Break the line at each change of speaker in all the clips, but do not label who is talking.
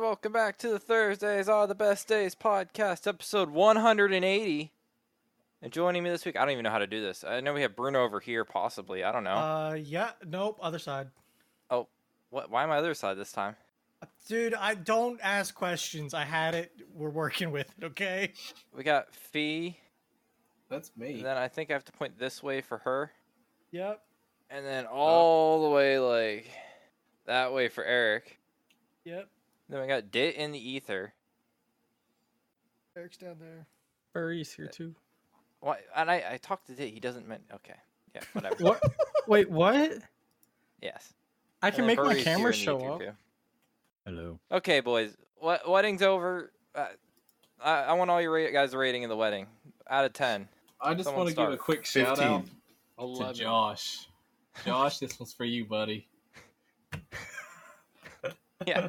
Welcome back to the Thursdays Are the Best Days podcast, episode 180. And joining me this week, I don't even know how to do this. I know we have Bruno over here, possibly. I don't know. Oh,
Uh, yeah, nope, other side.
what? Why am I other side this time?
Dude, I don't ask questions. I had it. We're working with it, okay?
We got Fee,
That's me.
and then I think I have to point this way for her,
Yep,
and then all the way like that way for Eric.
yep.
Then we got Dit in the ether.
Eric's down there.
Furry's here too.
Why? And I I talked to Dit. He doesn't mean okay. Yeah, whatever.
What? Wait, what?
Yes.
I
And then
can make
Burry's
my
here
camera
in the
show
ether,
up.
too.
Hello.
Okay, boys. What wedding's over? Uh, I I want all your ra- guys' rating of the wedding out of ten.
I just
someone
want to give a
start.
quick shout out to
15.
Josh. Josh, this one's for you, buddy.
Yeah.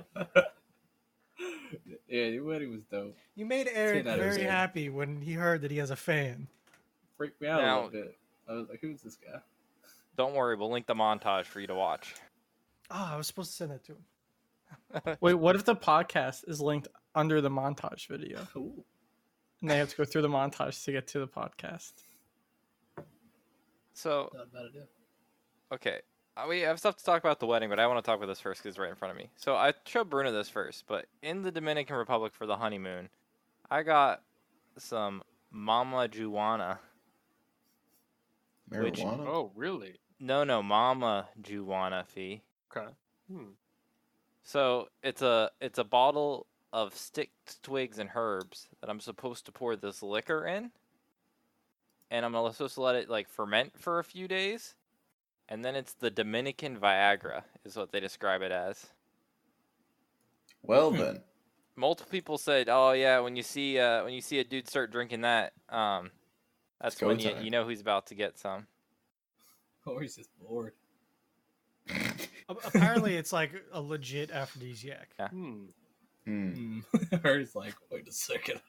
Yeah, your wedding was dope.
You made Eric
out of
very
ten.
happy when he heard that he has a fan.
Freaked me out
Now-
a little bit. I was like, who's this guy?
Don't worry, we'll link the montage for you to watch.
Oh, I was supposed to send that to him.
Wait, what if the podcast is linked under the montage video
Cool.
and they have to go through the montage to get to the podcast?
So
Not a bad idea.
Okay. Uh, We have stuff to talk about the wedding, but I want to talk about this first because it's right in front of me. So I showed Bruno this first, but in the Dominican Republic for the honeymoon, I got some Mama Juana. Which-
Marijuana?
Oh, really?
No, no, Mama Juana fee.
Okay. Hmm.
So it's a it's a bottle of sticked twigs and herbs that I'm supposed to pour this liquor in, and I'm al- supposed to let it like ferment for a few days, and then it's the Dominican Viagra is what they describe it as.
Well then.
multiple people said, "Oh yeah, when you see uh, when you see a dude start drinking that, um, that's
go
when you,
time.
you know who's about to get some."
Or Oh, he's just bored.
A- Apparently, it's like a legit aphrodisiac.
Yeah.
Hmm.
Hmm.
or he's like, wait a second.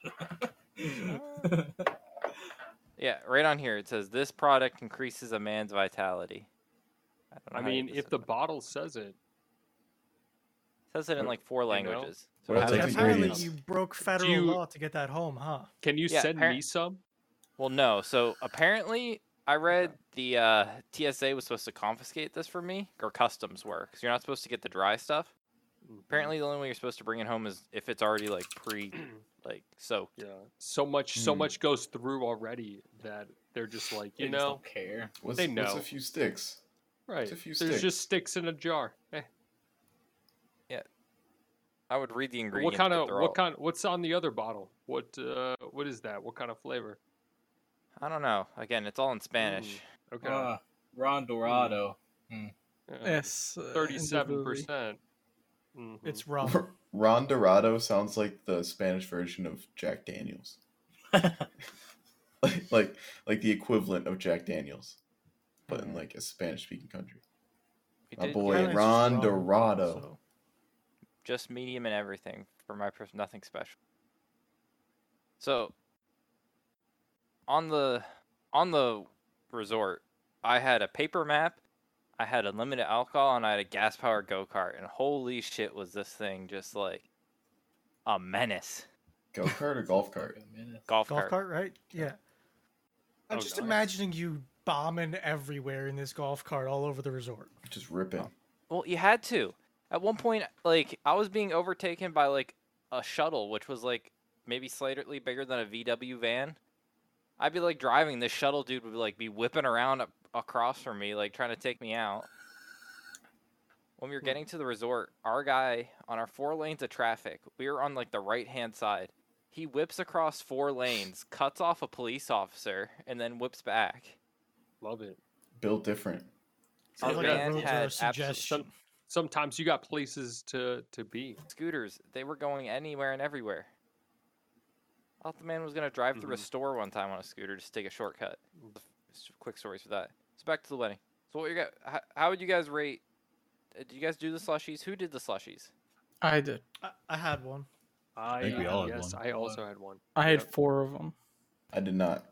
Yeah, right on here it says this product increases a man's vitality. don't know
I
how you
mean, if
decide
the
that.
bottle says it,
says it in like four
you know,
languages,
what
how
else
does
I
it-
can
Apparently,
ingredients.
you broke federal
you-
law to get that home, huh?
can you
Yeah,
send
apparent-
me some?
well, no. So apparently, I read the uh, TSA was supposed to confiscate this for me, or customs were, because you're not supposed to get the dry stuff. Apparently, the only way you're supposed to bring it home is if it's already like pre, like soaked.
Yeah. So much, so
Hmm.
much goes through already that they're just like, you
They just
know,
don't care.
What's,
They
what's
know.
a few sticks?
right?
a few
There's just sticks in a jar. Eh.
I would read the
But
ingredients.
What kind
but
of,
they're
what
all-
kind, what's on the other bottle? What, uh, what is that? What kind of flavor?
I don't know. Again, it's all in Spanish.
Okay.
Ah, Ron Dorado.
Yes. uh,
Thirty-seven
indubitably.
percent. Mm-hmm.
It's rum.
Ron Dorado sounds like the Spanish version of Jack Daniels. like, like like the equivalent of Jack Daniels. But in like a Spanish speaking country.
We
My
did
boy
Apparently it's just
Ron
rum,
Dorado.
so-
just medium and everything for my person, nothing special. So on the on the resort, I had a paper map, I had unlimited alcohol, and I had a gas powered go kart. And holy shit, was this thing just like a menace?
Go kart or golf cart?
Fucking minute.
Golf,
Golf
cart.
cart, right? Yeah. I'm
Oh,
just
nice.
imagining you bombing everywhere in this golf cart all over the resort.
Oh,
Just ripping.
Well, you had to. At one point, like I was being overtaken by like a shuttle, which was like maybe slightly bigger than a VW van. I'd be like driving. This shuttle dude would like be whipping around up, across from me, like trying to take me out. When we were getting to the resort, our guy on our four lanes of traffic, we were on like the right hand side. He whips across four lanes, cuts off a police officer, and then whips back.
Love it.
Built different.
Our
Sounds like
van
roads are
had
a
absolute-
suggestion.
Sometimes you got places to to be.
scooters. They were going anywhere and everywhere. I thought the man was gonna drive through a
Mhm.
store one time on a scooter just to take a shortcut. The f- s- Quick stories for that. So back to the wedding. So what you got? How, how would you guys rate? uh, Did you guys do the slushies? Who did the slushies?
I did.
I, I had one.
I,
think we all had
yes,
one.
I also had one.
I had
Yep.
four of them.
I did not.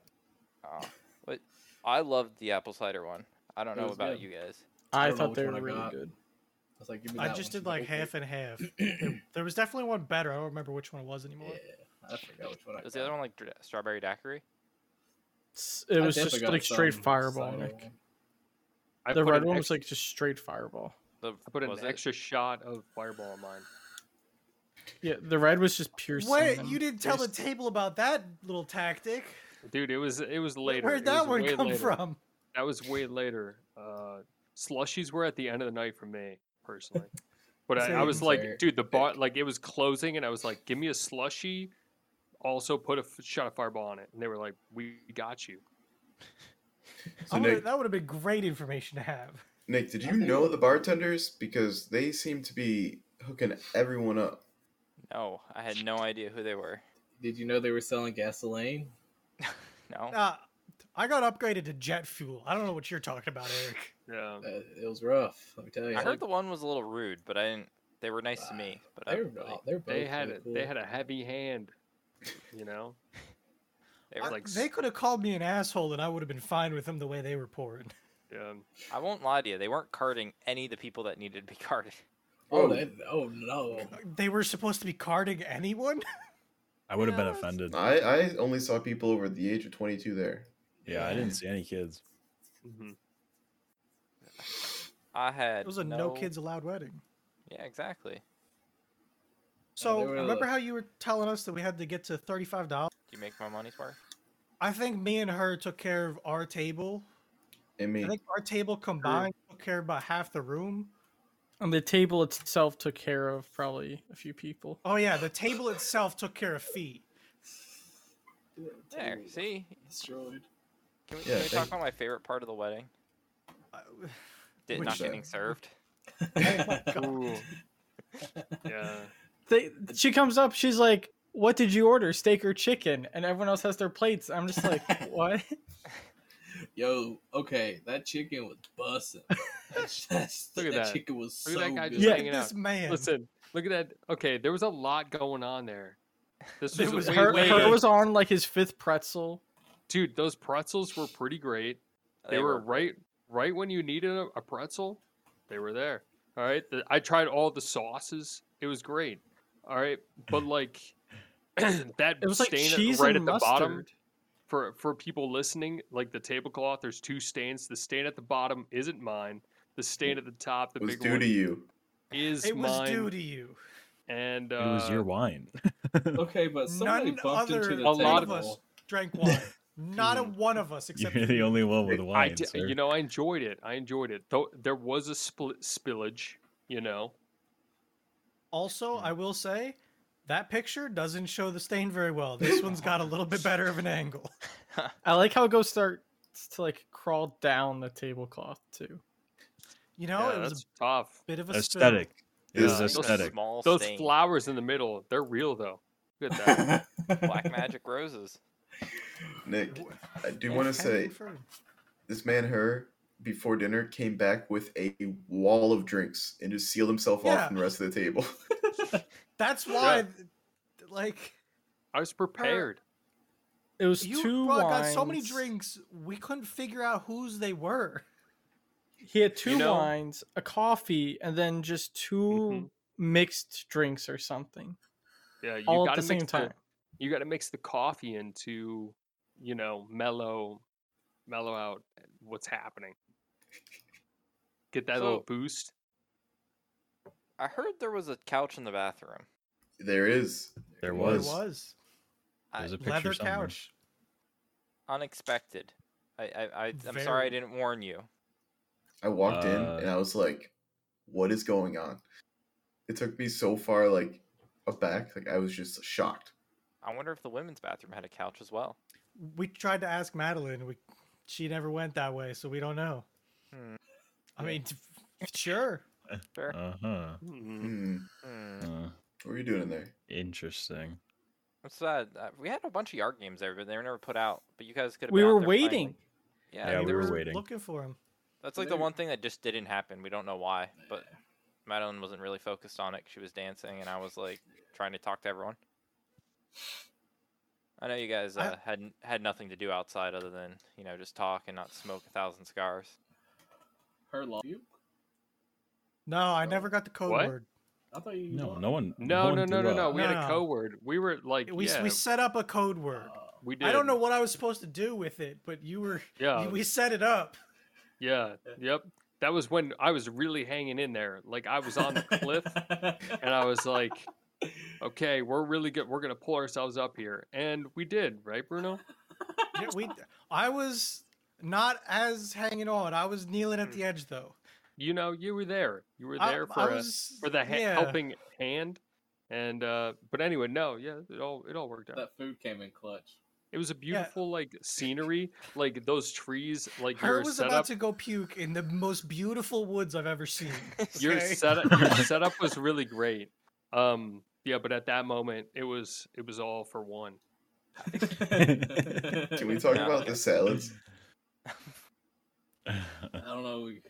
Oh, what? I loved the apple cider one. I don't
It
know
was
about
good.
you guys.
I,
don't know
thought
which
they
one
were
I
really
got.
good.
was like, give me
I
that
just
one.
did like half and half. There- there was definitely one better. I don't remember which one it was anymore.
Yeah, I forgot which one. I
Was the other
got.
one like dra- strawberry daiquiri?
S- It
I
was
definitely
just
got
like straight
some
fireball.
cider
Nick.
one.
I
The
put
red
an
one
ex-
was like just straight fireball.
The,
I put an
was it?
extra shot of fireball on mine.
Yeah, the red was just pure.
Wait,
cinnamon.
you didn't tell the table about that little tactic.
Dude, it was it was later.
Where'd
It
that
was
one
way
come
later.
from?
That was way later. Uh, slushies were at the end of the night for me personally, but I, I
Same.
was like,
Fair.
dude, the bar like it was closing, and I was like, give me a slushie. Also, put a f- shot of fireball on it, and they were like, "We got you."
So
I would've-
Nick,
that would have been great information to have.
Nick, did you know the bartenders because they seem to be hooking everyone up?
No, I had no idea who they were.
Did you know they were selling gasoline?
No.
Uh, I got upgraded to jet fuel. I don't know what you're talking about, Eric.
Yeah,
Uh, it was rough. Let me tell you.
I heard the one was a little rude, but I didn't. They were nice to me, but I,
They were,
like,
all- they're both
they had
really
it.
cool.
They had a heavy hand. You know,
they
I-
were
was like s-
they could have called me an asshole, and I would have been fine with them the way they were pouring.
yeah.
I won't lie to you. They weren't carding any of the people that needed to be carded.
Oh,
Oh.
they- oh no!
They were supposed to be carding anyone.
I would have been
Yeah, it's-
offended.
I, I only saw people over the age of 22 there.
Yeah, I didn't see any kids.
Mhm.
I had.
It was a no, kids allowed wedding.
Yeah, exactly.
So
they were
remember
like-
uh,
how you were telling us that we had to get to thirty five dollars?
Do you make my money's worth?
I think me and her took care of our table.
And me,
I think our table combined took care of about half the room.
And the table itself took care of probably a few people.
Oh yeah, the table itself took care of feet.
There,
Totally
see.
Destroyed.
Can we,
Yeah,
can we talk
thank-
about my favorite part of the wedding?
Uh,
Did,
Which
not
that?
getting served.
Ooh. yeah.
They, she comes up, she's like, "What did you order? Steak or chicken?" And everyone else has their plates. I'm just like, "What?"
Yo, okay, that chicken was busting.
Look at that.
chicken was
Look
so
at that guy
good.
just
Yeah.
hanging out.
this man.
Listen, look at that. Okay, there was a lot going on there. This
It
was,
was
way
her,
later.
her was on like his fifth pretzel.
Dude, those pretzels were pretty great. They, were, right right when you needed a, a pretzel, they were there. All right. The- I tried all the sauces. It was great. All right. But like that
It was like
stain
cheese
right
and
at the bottom
mustard.
for for people listening, like the tablecloth, there's two stains. The stain at the bottom isn't mine. The stain at the top, the
was
big
due
one,
to you.
is
It was
mine.
due to you.
And
it was
uh,
your wine.
Okay, but somebody
None
bumped
other-
into the
A lot of
table.
us. Drank wine. Not a one of us except
You're the only one with
I
wine.
I di-
sir.
you know, I enjoyed it. I enjoyed it. Though there was a split spillage, you know.
Also, I will say that picture doesn't show the stain very well. This one's got a little bit better of an angle.
I like how it goes starts to like crawl down the tablecloth too.
You know,
yeah,
it was
that's tough.
a bit of a spill.
aesthetic. It was
Yeah.
Those
aesthetic.
small
Those
stains.
flowers in the middle, they're real though. Look at that.
black magic roses.
Nick,
W-
I do
Can
want to say
confirm.
this man, her, before dinner, came back with a wall of drinks and just sealed himself off
Yeah.
from the rest of the table.
that's why, th- like,
I was prepared.
It was
you
two
brought, got so many
wines.
drinks, we couldn't figure out whose they were.
He had two
You know?
wines, a coffee, and then just 2 mixed drinks or something,
Yeah, you
all at
gotta
the same
mix
time.
you gotta mix the coffee into, you know, mellow mellow out what's happening. Get that little
So-
boost.
I heard there was a couch in the bathroom.
there is.
There
There
was.
It was
There's a picture
leather
somewhere.
couch.
Unexpected. I, I, I I'm sorry I didn't warn you.
I walked in
Uh,
and I was like, what is going on? It took me so far, like, aback. Like, I was just shocked.
I wonder if the women's bathroom had a couch as well.
We tried to ask Madeline. We she never went that way, so we don't know.
Hmm.
I mean, t- sure.
Sure.
Uh-huh.
Mm.
Mm,
Mhm.
Hmm.
Hmm.
Uh,
What were you doing in there?
interesting.
That's sad. Uh, we had a bunch of yard games there, but they were never put out. But you guys could. have
We
been out
were
there playing, like-
waiting.
Yeah,
Yeah,
we
we were
were-
waiting.
looking for him.
That's like the
They-
one thing that just didn't happen. We don't know why, but Madeline wasn't really focused on it. She was dancing, and I was like trying to talk to everyone. I know you guys
I-
uh, had n- had nothing to do outside other than you know just talk and not smoke a thousand cigars.
Her love you?
No, I never got the code
What?
word.
I thought you.
No,
won.
no one.
No, no,
one
no,
threw
no, no.
up.
We had
No,
a
no.
code word. We were like,
We,
yeah,
we set up a code word.
we did.
I don't know what I was supposed to do with it, but you were
Yeah,
you- we set it up.
yeah, yep. That was when I was really hanging in there. Like I was on the cliff, and I was like, okay, we're really good. We're gonna pull ourselves up here, and we did, right, Bruno?
Yeah, we I was not as hanging on. I was kneeling at the edge though.
You know, you were there. You were
I-
Hmm. there for
I,
a-
was,
for the ha-
yeah.
helping hand. And uh but anyway, no, yeah, it all it all worked out.
That food came in clutch.
It was a beautiful like scenery, like those trees, like
I
your
was about
setup.
to go puke in the most beautiful woods I've ever seen.
Your
okay?
setup, your setup was really great. Um, yeah, but at that moment, it was it was all for one.
Can
Can
we talk
No.
about the salads?
I don't know. we-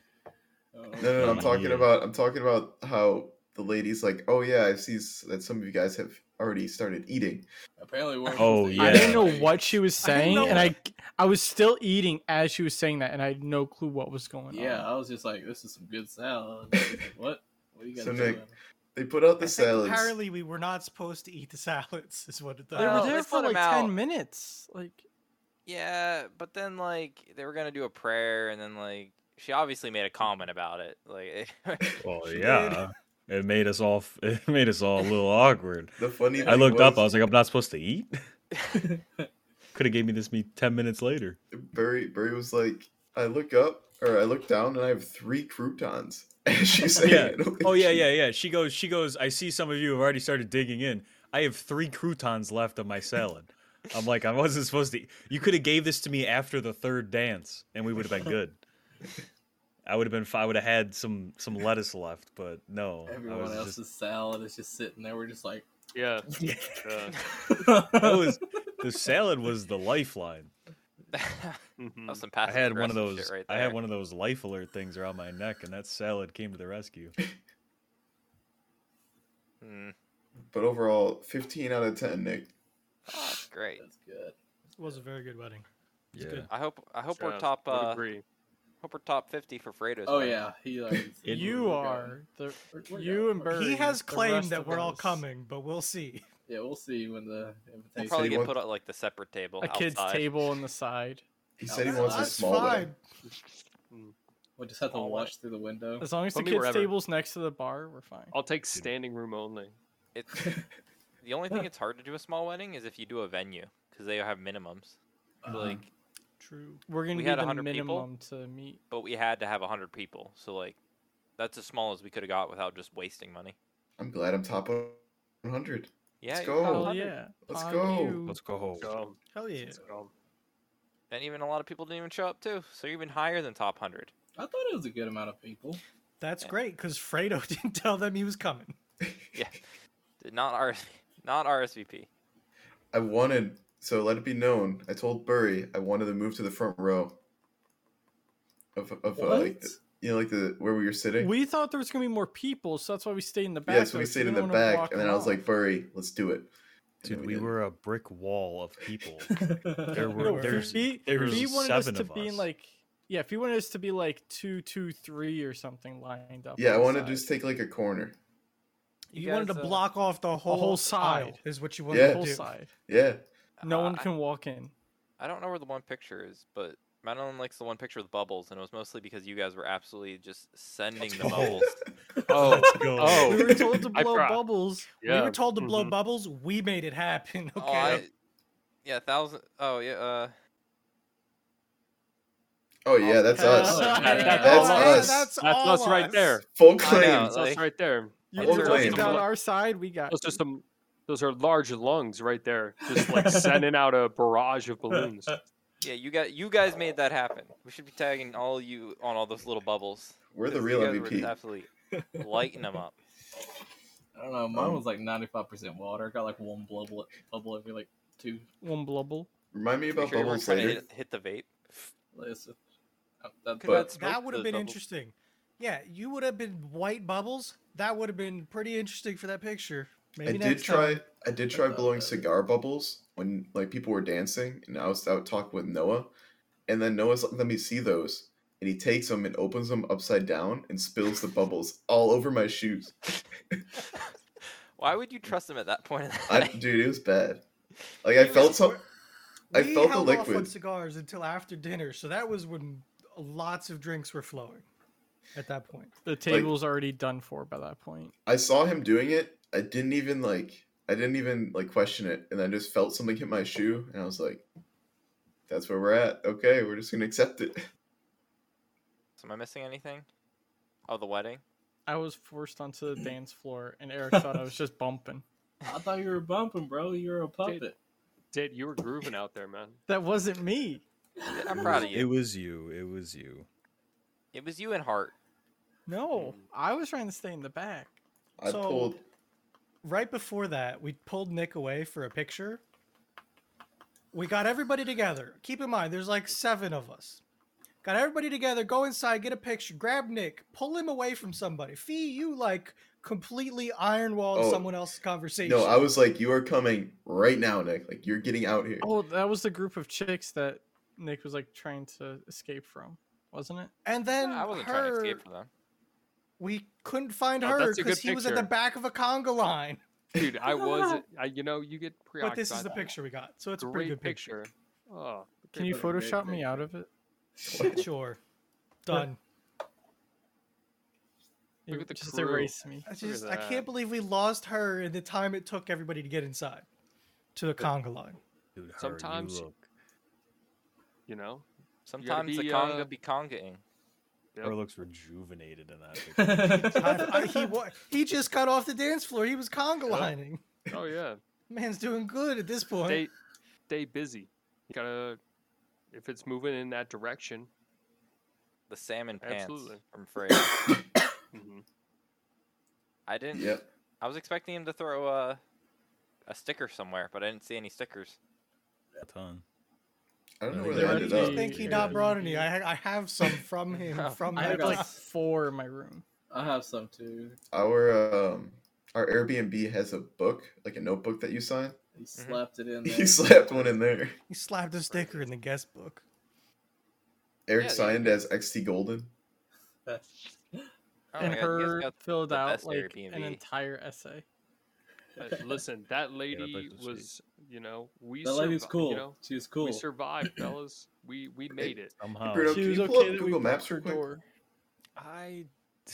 uh, I don't
No, no,
know.
no. I'm talking
Yeah.
about. I'm talking about how the lady's like, "Oh yeah, I see s- that some of you guys have already started eating."
Apparently, we're
Oh,
supposed to eat
I didn't know
anything.
what she was
I didn't
saying,
know
and I I was still eating as she was saying that, and I had no clue what was going
Yeah,
on.
I was just like, this is some good salad. Like, what? What you guys
So,
doing?
Nick, They put out
I
the
think
salads.
apparently we were not supposed to eat the salads, is what it
They
Well,
were
does.
they
there for
put 'em
like ten
out.
minutes. Like
Yeah, but then like they were gonna do a prayer, and then like she obviously made a comment about it. Like,
well,
She did.
yeah. It made us all. f- It made us all a little awkward.
The funny. Thing
I looked
was,
up. I was like, I'm not supposed to eat. Could have gave me this meat ten minutes later.
Barry. Barry was like, "I look up, or I look down, and I have three croutons." And she's saying,
Yeah.
I don't think
Oh yeah,
she-
yeah, yeah. She goes. She goes. I see some of you have already started digging in. I have three croutons left on my salad. I'm like, I wasn't supposed to. e-" You could have gave this to me after the third dance, and we would have been good. I would have been. fi- I would have had some some lettuce left, but no. I was
Everyone else's
just-
salad is just sitting there. We're just like,
Yeah, uh,
that was the salad was the lifeline.
that
mhm.
was some
I had one of
passive-aggressive
those.
Shit right
I had
there.
one of those life alert things around my neck, and that salad came to the rescue.
Mm,
But overall, 15 out of 10, Nick.
oh, that's great.
that's good.
It was a very good wedding. It's
Yeah.
good.
I hope. I hope we're
Sounds-
top.
would
Uh,
agree.
hope we're top fifty for Fredo's.
Oh
wedding.
yeah, he like
It-
you are the you and Bird.
He has
the
claimed
rest
that
of
we're all
us.
coming, but we'll see.
Yeah, we'll see when the
We'll
invitation.
probably
you
get
want-
put at like the separate table.
A kid's
outside.
table on the side.
He said he wants a
That's
small
fine.
one.
We'll just have to
All
watch through the window.
As long as
Put
the
me
kids'
wherever. Oh,
table's next to the bar, we're fine.
I'll take standing room only.
It's the only thing it's hard to do a small wedding is if you do a venue because they have minimums.
Uh-huh.
Uh,
Like,
True.
We're gonna
We
be
had
the
100 people.
minimum to meet.
but we had to have hundred people, so like, that's as small as we could have got without just wasting money.
I'm glad I'm top 100.
Yeah,
Let's
you're top
go.
Hell
100.
yeah!
Oh, Let's
Fuck
go.
you.
Let's go.
So,
Hell yeah.
so,
And even a lot of people didn't even show up too, so you're even higher than top hundred.
I thought it was a good amount of people.
That's great because Fredo didn't tell them he was coming.
Not R, not RSVP.
I wanted, so let it be known, I told Burry I wanted to move to the front row. Of, of uh, like,
What?
the- you know, like the where we were sitting?
We thought there was gonna be more people, so that's why we stayed in the back.
yeah, so
though,
we stayed in
didn't
the
wanna
back,
block
and then
them
I was
off.
like, Burry, let's do it. And
Dude,
then
we
did.
were a brick wall of people. There
There
were
No,
there's
if he,
there
if
was
he wanted us
seven
to
of
be in
us.
like yeah, if he wanted us to be like two, two, three or something lined up.
Yeah,
on
I
the
want to
side.
just take like a corner.
You,
You
wanted
guys,
to
uh,
block off the whole,
side.
aisle is what you wanted
Yeah.
to
whole
do.
side.
Yeah.
No
Uh,
one
I-
can walk in.
I don't know where the one picture is, but Madeline likes the one picture with bubbles, and it was mostly because you guys were absolutely just sending the bubbles.
oh,
Let's go.
oh,
We were told to
I
blow
forgot.
bubbles.
yeah.
We were told to blow
mhm.
bubbles. We made it happen.
Oh,
Okay.
I, yeah, thousand. Oh yeah. Uh,
Oh, yeah, that's us.
Uh,
That- that's
That's
all
us.
That's
all
us right there.
Full
I
claim.
know.
That's
like-
us right there.
You
Well,
were
claim.
on our side. We got.
Those are some. Those are large lungs right there, just like sending out a barrage of balloons.
yeah, you got you guys made that happen. We should be tagging all you on all those little bubbles.
We're the
'cause
real
you guys were
MVP.
just absolutely lighting them up.
I don't know. Mine
Um,
was like ninety five percent water. Got like one bubble, bubble every like two.
one blubble.
Remind me
Make
about
sure you weren't
bubbles
trying to
later.
hit, hit the vape.
Listen, uh, that-
Could
But-
not smoke
That would have
those
been
bubbles.
interesting. Yeah, you would have been white bubbles. That would have been pretty interesting for that picture. Maybe
I
next
did try.
time.
I did try
thought
blowing
about it.
cigar bubbles when like people were dancing, and I was out talking with Noah, and then Noah's like, "Let me see those," and he takes them and opens them upside down and spills the bubbles all over my shoes.
Why would you trust him at that point? In the
I,
night?
dude, it was bad. Like I felt some. I
we
felt the
held off on
liquid.
cigars until after dinner, so that was when lots of drinks were flowing. At that point,
The table's already done for by that point.
I saw him doing it. I didn't even like. I didn't even like question it, and I just felt something hit my shoe, and I was like, "That's where we're at. Okay, we're just gonna accept it."
So am I missing anything? Oh, the wedding.
I was forced onto the dance floor, and Eric thought I was just bumping.
I thought you were bumping, bro. You were a puppet.
Did you were grooving out there, man?
That wasn't me.
Yeah, I'm proud of
It
you.
was you. It was you.
It was you and Hart.
No, I was trying to stay in the back.
I
So-
pulled.
right before that, we pulled Nick away for a picture. We got everybody together. Keep in mind, there's like seven of us. Got everybody together. Go inside, get a picture. Grab Nick, pull him away from somebody. Fee, you like completely iron walled
Oh,
someone else's conversation.
No, I was like, "You are coming right now, Nick. Like you're getting out here."
Oh, that was the group of chicks that Nick was like trying to escape from, wasn't it?
and then
I wasn't
her,
trying to escape from them.
we couldn't find
No,
her
that's a
because
good
he was at the
picture.
back of a conga line.
Dude, I was. I, you know, you get preoccupied.
But this is the picture we got, so it's a
Great
pretty good
picture. Oh,
Can you
Photo- great
Photoshop me
picture.
out of it?
picture. Sure, done.
Look
You
at the
just
crew.
erase me.
I
Look at
just I
that.
can't believe we lost her in the time it took everybody to get inside to the conga line.
Dude, her, you
Sometimes-
look.
you know,
Sometimes the
be,
conga
uh,
be congaing.
Yep.
Her looks rejuvenated in that picture.
I- I- he wa- he just got off the dance floor. He was conga lining.
oh yeah,
Man's doing good at this point.
stay, stay busy. You gotta, if it's moving in that direction.
The salmon pants
Absolutely.
from Frey.
hmm
I didn't.
Yep.
I was expecting him to throw a, a sticker somewhere, but I didn't see any stickers.
A ton.
I don't know
I
where
think
they
they're
ended
I
up.
actually-
think he
Yeah.
not brought any. I ha- I have some from him from
I
that
have like
night.
four in my room.
I have some too.
Our um, our Airbnb has a book, like a notebook that you sign.
He slapped it in there.
He slapped one in there.
he slapped a sticker in the guest book.
Eric
Yeah, they-
signed as XT Golden.
Oh my God, you
and
guys
her
got-
filled
the
out
best
like an
Airbnb.
entire essay.
Uh, Listen, that lady
place was sweet.
was, you know, we.
That lady's
survi-
cool.
You know,
she was cool.
We survived, fellas. We we made it.
Somehow.
Bruno,
She
can
was
you pull
okay
up
that we
Google
blocked
Maps
her
real quick?
door.
I.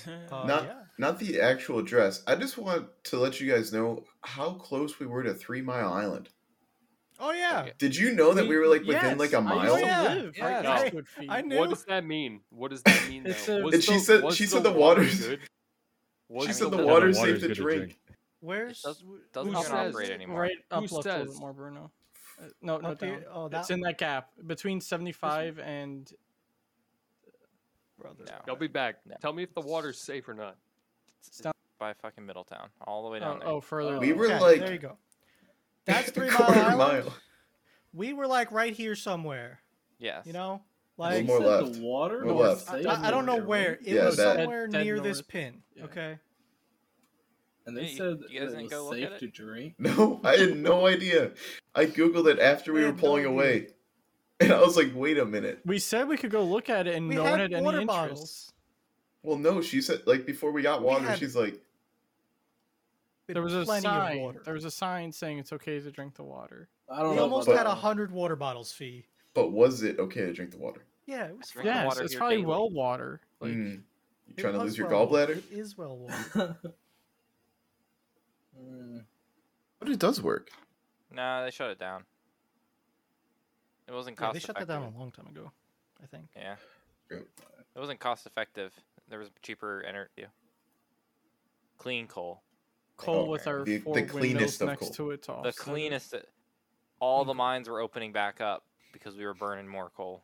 Uh,
Not-
yeah.
Not the actual address. I just want to let you guys know how close we were to Three Mile Island.
Oh yeah.
Did you know that we, were like within
Yes,
like a
I
mile?
used to
Yeah,
live
yeah,
right
no.
next to it, Fee.
I knew.
What does that mean? What does that mean?
It's
though?
a-
Was
And she
the-
said-
was
she said the
water
water's-
good?
She
Was
said the
Yeah,
water's
water's
safe to
good to
drink.
drink.
Where's
does- doesn't
Who
even
says-
operate anymore.
Right up
Who
left a little
says?
bit more, Bruno. Uh, no, no,
Up here?
down.
Oh,
It's
that
in that gap between seventy-five and
brother?
No.
I'll be back.
No.
Tell me if the water's safe or not.
It's, it's by fucking Middletown, all the way down
oh,
there.
oh, further.
We
left.
were
Okay,
like
there you go. That's
a
Three Mile
quarter
Island.
mile.
We were like right here somewhere.
Yes.
You know,
A little
like
more
Said the
left.
water
More
was
left.
I,
safe
I- I don't know
area.
where. It
Yeah,
was
that-
somewhere
Dead
near this
north.
pin.
Yeah.
Okay.
And they
You-
said
you guys
it
didn't
was
go look at
safe
it?
to drink.
No, I had no idea. I googled it after we
I
were
had no
pulling
idea.
away, and I was like, "Wait a minute."
We said we could go look at it, and
We
no one
had
had any
water
interest.
bottles.
Well, no, she said like before we got
We
water,
had-
she's like,
We had
There was a
plenty
sign.
of water.
There was a sign saying it's okay to drink the water.
I don't
we
know.
almost
about
had a
that.
hundred water bottles fee.
"But was it okay to drink the water?"
Yeah, it was
Drink the
Yes,
water
it's
here
probably
daily.
well water. Like,
Mm. You
it
trying to
was
lose your
well water.
gallbladder?
It is well water.
Mm.
But it does work.
Nah, they shut it down. It wasn't
Yeah,
cost
they shut that down
effective.
a long time ago, I think.
Yeah.
Yep.
It wasn't cost effective. There was cheaper energy. Clean coal.
coal
Oh,
with our
the- the
four
cleanest
windows
of
next
coal.
to it
Oh,
to
The
offset it.
cleanest. it- All the mines were opening back up because we were burning more coal.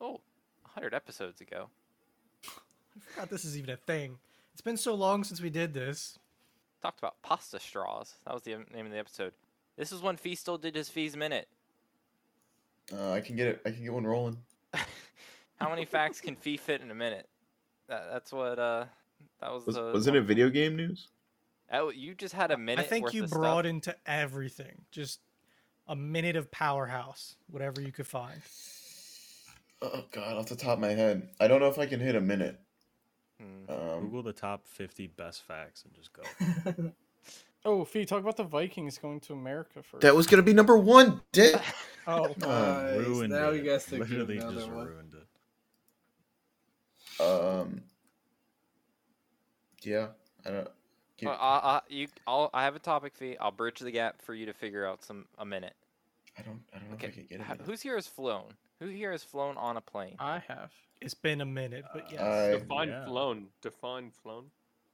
Oh, 100 episodes ago.
I forgot this is even a thing. It's been so long since we did this.
Talked about pasta straws. That was the em- name of the episode. This is when Fee still did his Fee's Minute.
Uh, I can get it. I can get one rolling.
How many facts can Fee fit in a minute? That, that's what, uh, that was, the.
video game news?
Oh, you just had a minute.
I think
worth
you
of stuff.
brought into everything. Just a minute of powerhouse, whatever you could find.
Oh god, off the top of my head, I don't know if I can hit a minute.
Hmm.
Um,
Google the top 50 best facts and just go.
Oh, Fee, talk about the Vikings going to America first.
that was gonna be number one, dick.
oh,
Um,
Nice,
ruined
now
it.
we guys to give
Literally
another
just
one.
ruined it.
um, yeah, I don't.
Uh,
Can,
I, I, you, I'll, I have a topic fee. I'll bridge the gap for you to figure out some a minute.
I don't. I don't know if I
Okay.
can get
Ho-
it.
Who's here has flown? Who here has flown on a plane?
I have.
It's been a minute, but yes.
I-
Define
yeah.
flown. Define flown.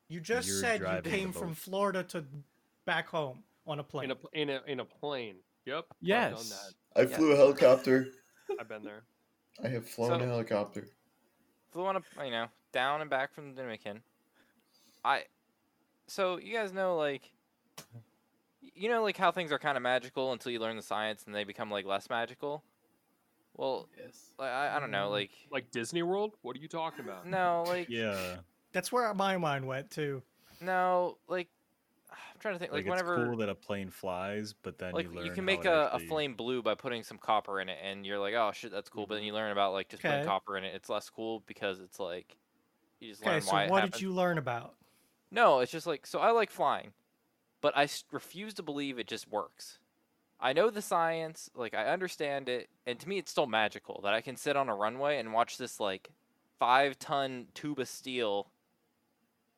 you just
you're
said you
driving the
came from
boat.
Florida to back home on a plane.
In a pl- in a in a plane. Yep. I've done
Yes.
that.
I flew a helicopter.
I've been there.
I have flown
So-
a helicopter.
Flew on a, you know, down and back from the Dominican. I, so you guys know like, y- you know like how things are kind of magical until you learn the science and they become like less magical. Well,
Yes.
I, I- I don't
Mm,
know, like,
Like Disney World? What are you talking about?
no, like,
Yeah.
That's where my mind went too.
no, like, I'm trying to think, like,
Like,
whenever.
it's cool that a plane flies, but then
like
you learn
can
how
make
it
a,
actually-
a flame blue by putting some copper in it and you're like oh shit that's cool
Mm-hmm.
but then you learn about like just
Okay.
putting copper in it it's less cool because it's like you just
Okay,
learn
so
why it
what
happened.
did you learn about?
no it's just like so i like flying but i s- refuse to believe it just works i know the science like i understand it and to me it's still magical that i can sit on a runway and watch this like five ton tube of steel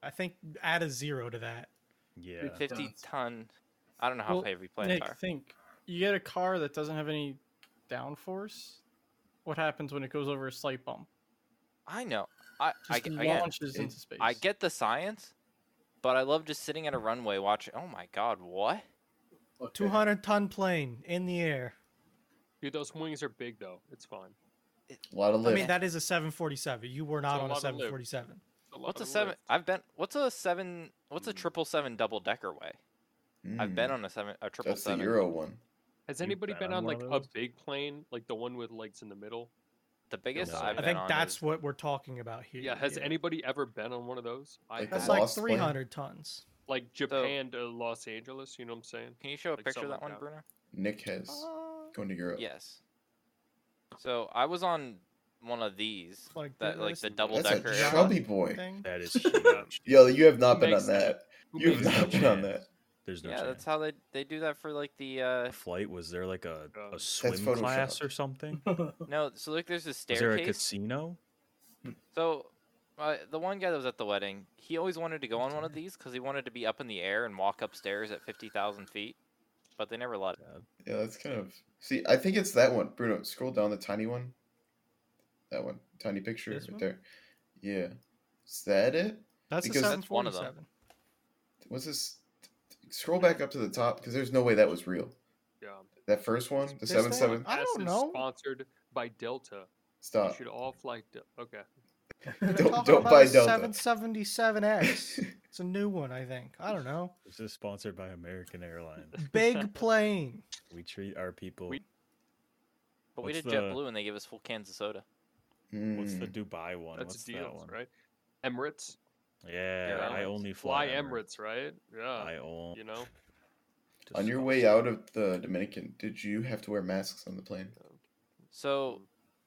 I think add a zero to that.
Yeah.
50
Tons.
ton i don't know how
Well,
heavy planes
Nick,
are
think. You get a car that doesn't have any downforce. What happens when it goes over a slight bump?
i know i I,
Just
g- again,
launches
it-
into space.
I get the science, but I love just sitting at a runway watching. Oh my god, what?
Okay.
200 ton plane in the air.
Dude, those wings are big though. It's fine.
A lot of
I
lift.
mean, that is a 747. You were not
a
on a
lot of loot.
747.
It's lot
What's a
of
seven?
lift.
I've been. What's a seven? What's a triple seven double decker way? I've been
Mm,
on a seven. A triple
That's the
seven.
Euro one.
Has
You've
anybody
been
been
on
on
one
like
of
a
those?
big plane, like the one with legs in the middle?
The biggest
No.
I've
I
been
think
on
that's
is-
what we're talking about here.
Yeah. Has anybody ever been on one of those? I
Like the
That's
have.
lo-
like
Lost plane?
300 tons.
like Japan to Los Angeles. You know what I'm saying?
Can you show a
like
picture of
something
that one,
like
Bruno?
Nick has
Uh,
going to Europe.
Yes. So I was on one of these,
Like
that like
this?
the double
That's
decker.
a
era.
chubby boy.
Thing.
That is huge.
Yo, you have not been
Makes
on that.
Who
You have
makes
not
no
that
been on that.
chance. There's no
yeah,
chance.
that's how they they do that for like the uh
A flight was there like a,
Um,
a
That's
swim class
photoshopped.
or something?
no. So like there's a
Is there a
staircase.
casino?
So, uh, the one guy that was at the wedding, he always wanted to go on one of these because he wanted to be up in the air and walk upstairs at 50,000 feet, but they never let him.
Yeah, that's kind of. See, I think it's that one. Bruno, scroll down the tiny one. That one, tiny picture
This
right
one?
there. Yeah, is that it?
That's a
Because-
That's one
Oh.
of them.
747.
What's this? Scroll back up to the top because there's no way that was real.
Yeah.
That first one, the
This
seven
thing?
seven. Uh,
I don't
This is
know.
Sponsored by Delta. You
Stop.
should all fly. Del- okay.
They're
Don't
talking
don't
about
buy
a
Delta.
777X. it's a new one, I think. I don't know.
This is sponsored by American Airlines.
Big plane.
We treat our people.
We-
But we
What's
did
the-
JetBlue and they gave us full cans of soda.
What's the
Mm,
Dubai one?
That's
What's
a deal,
that one?
right? Emirates.
Yeah,
Yeah,
I
Emirates.
only fly,
Emirates, right? Yeah.
I only.
you know.
On your way out of the Dominican, did you have to wear masks on the plane?
Oh. So,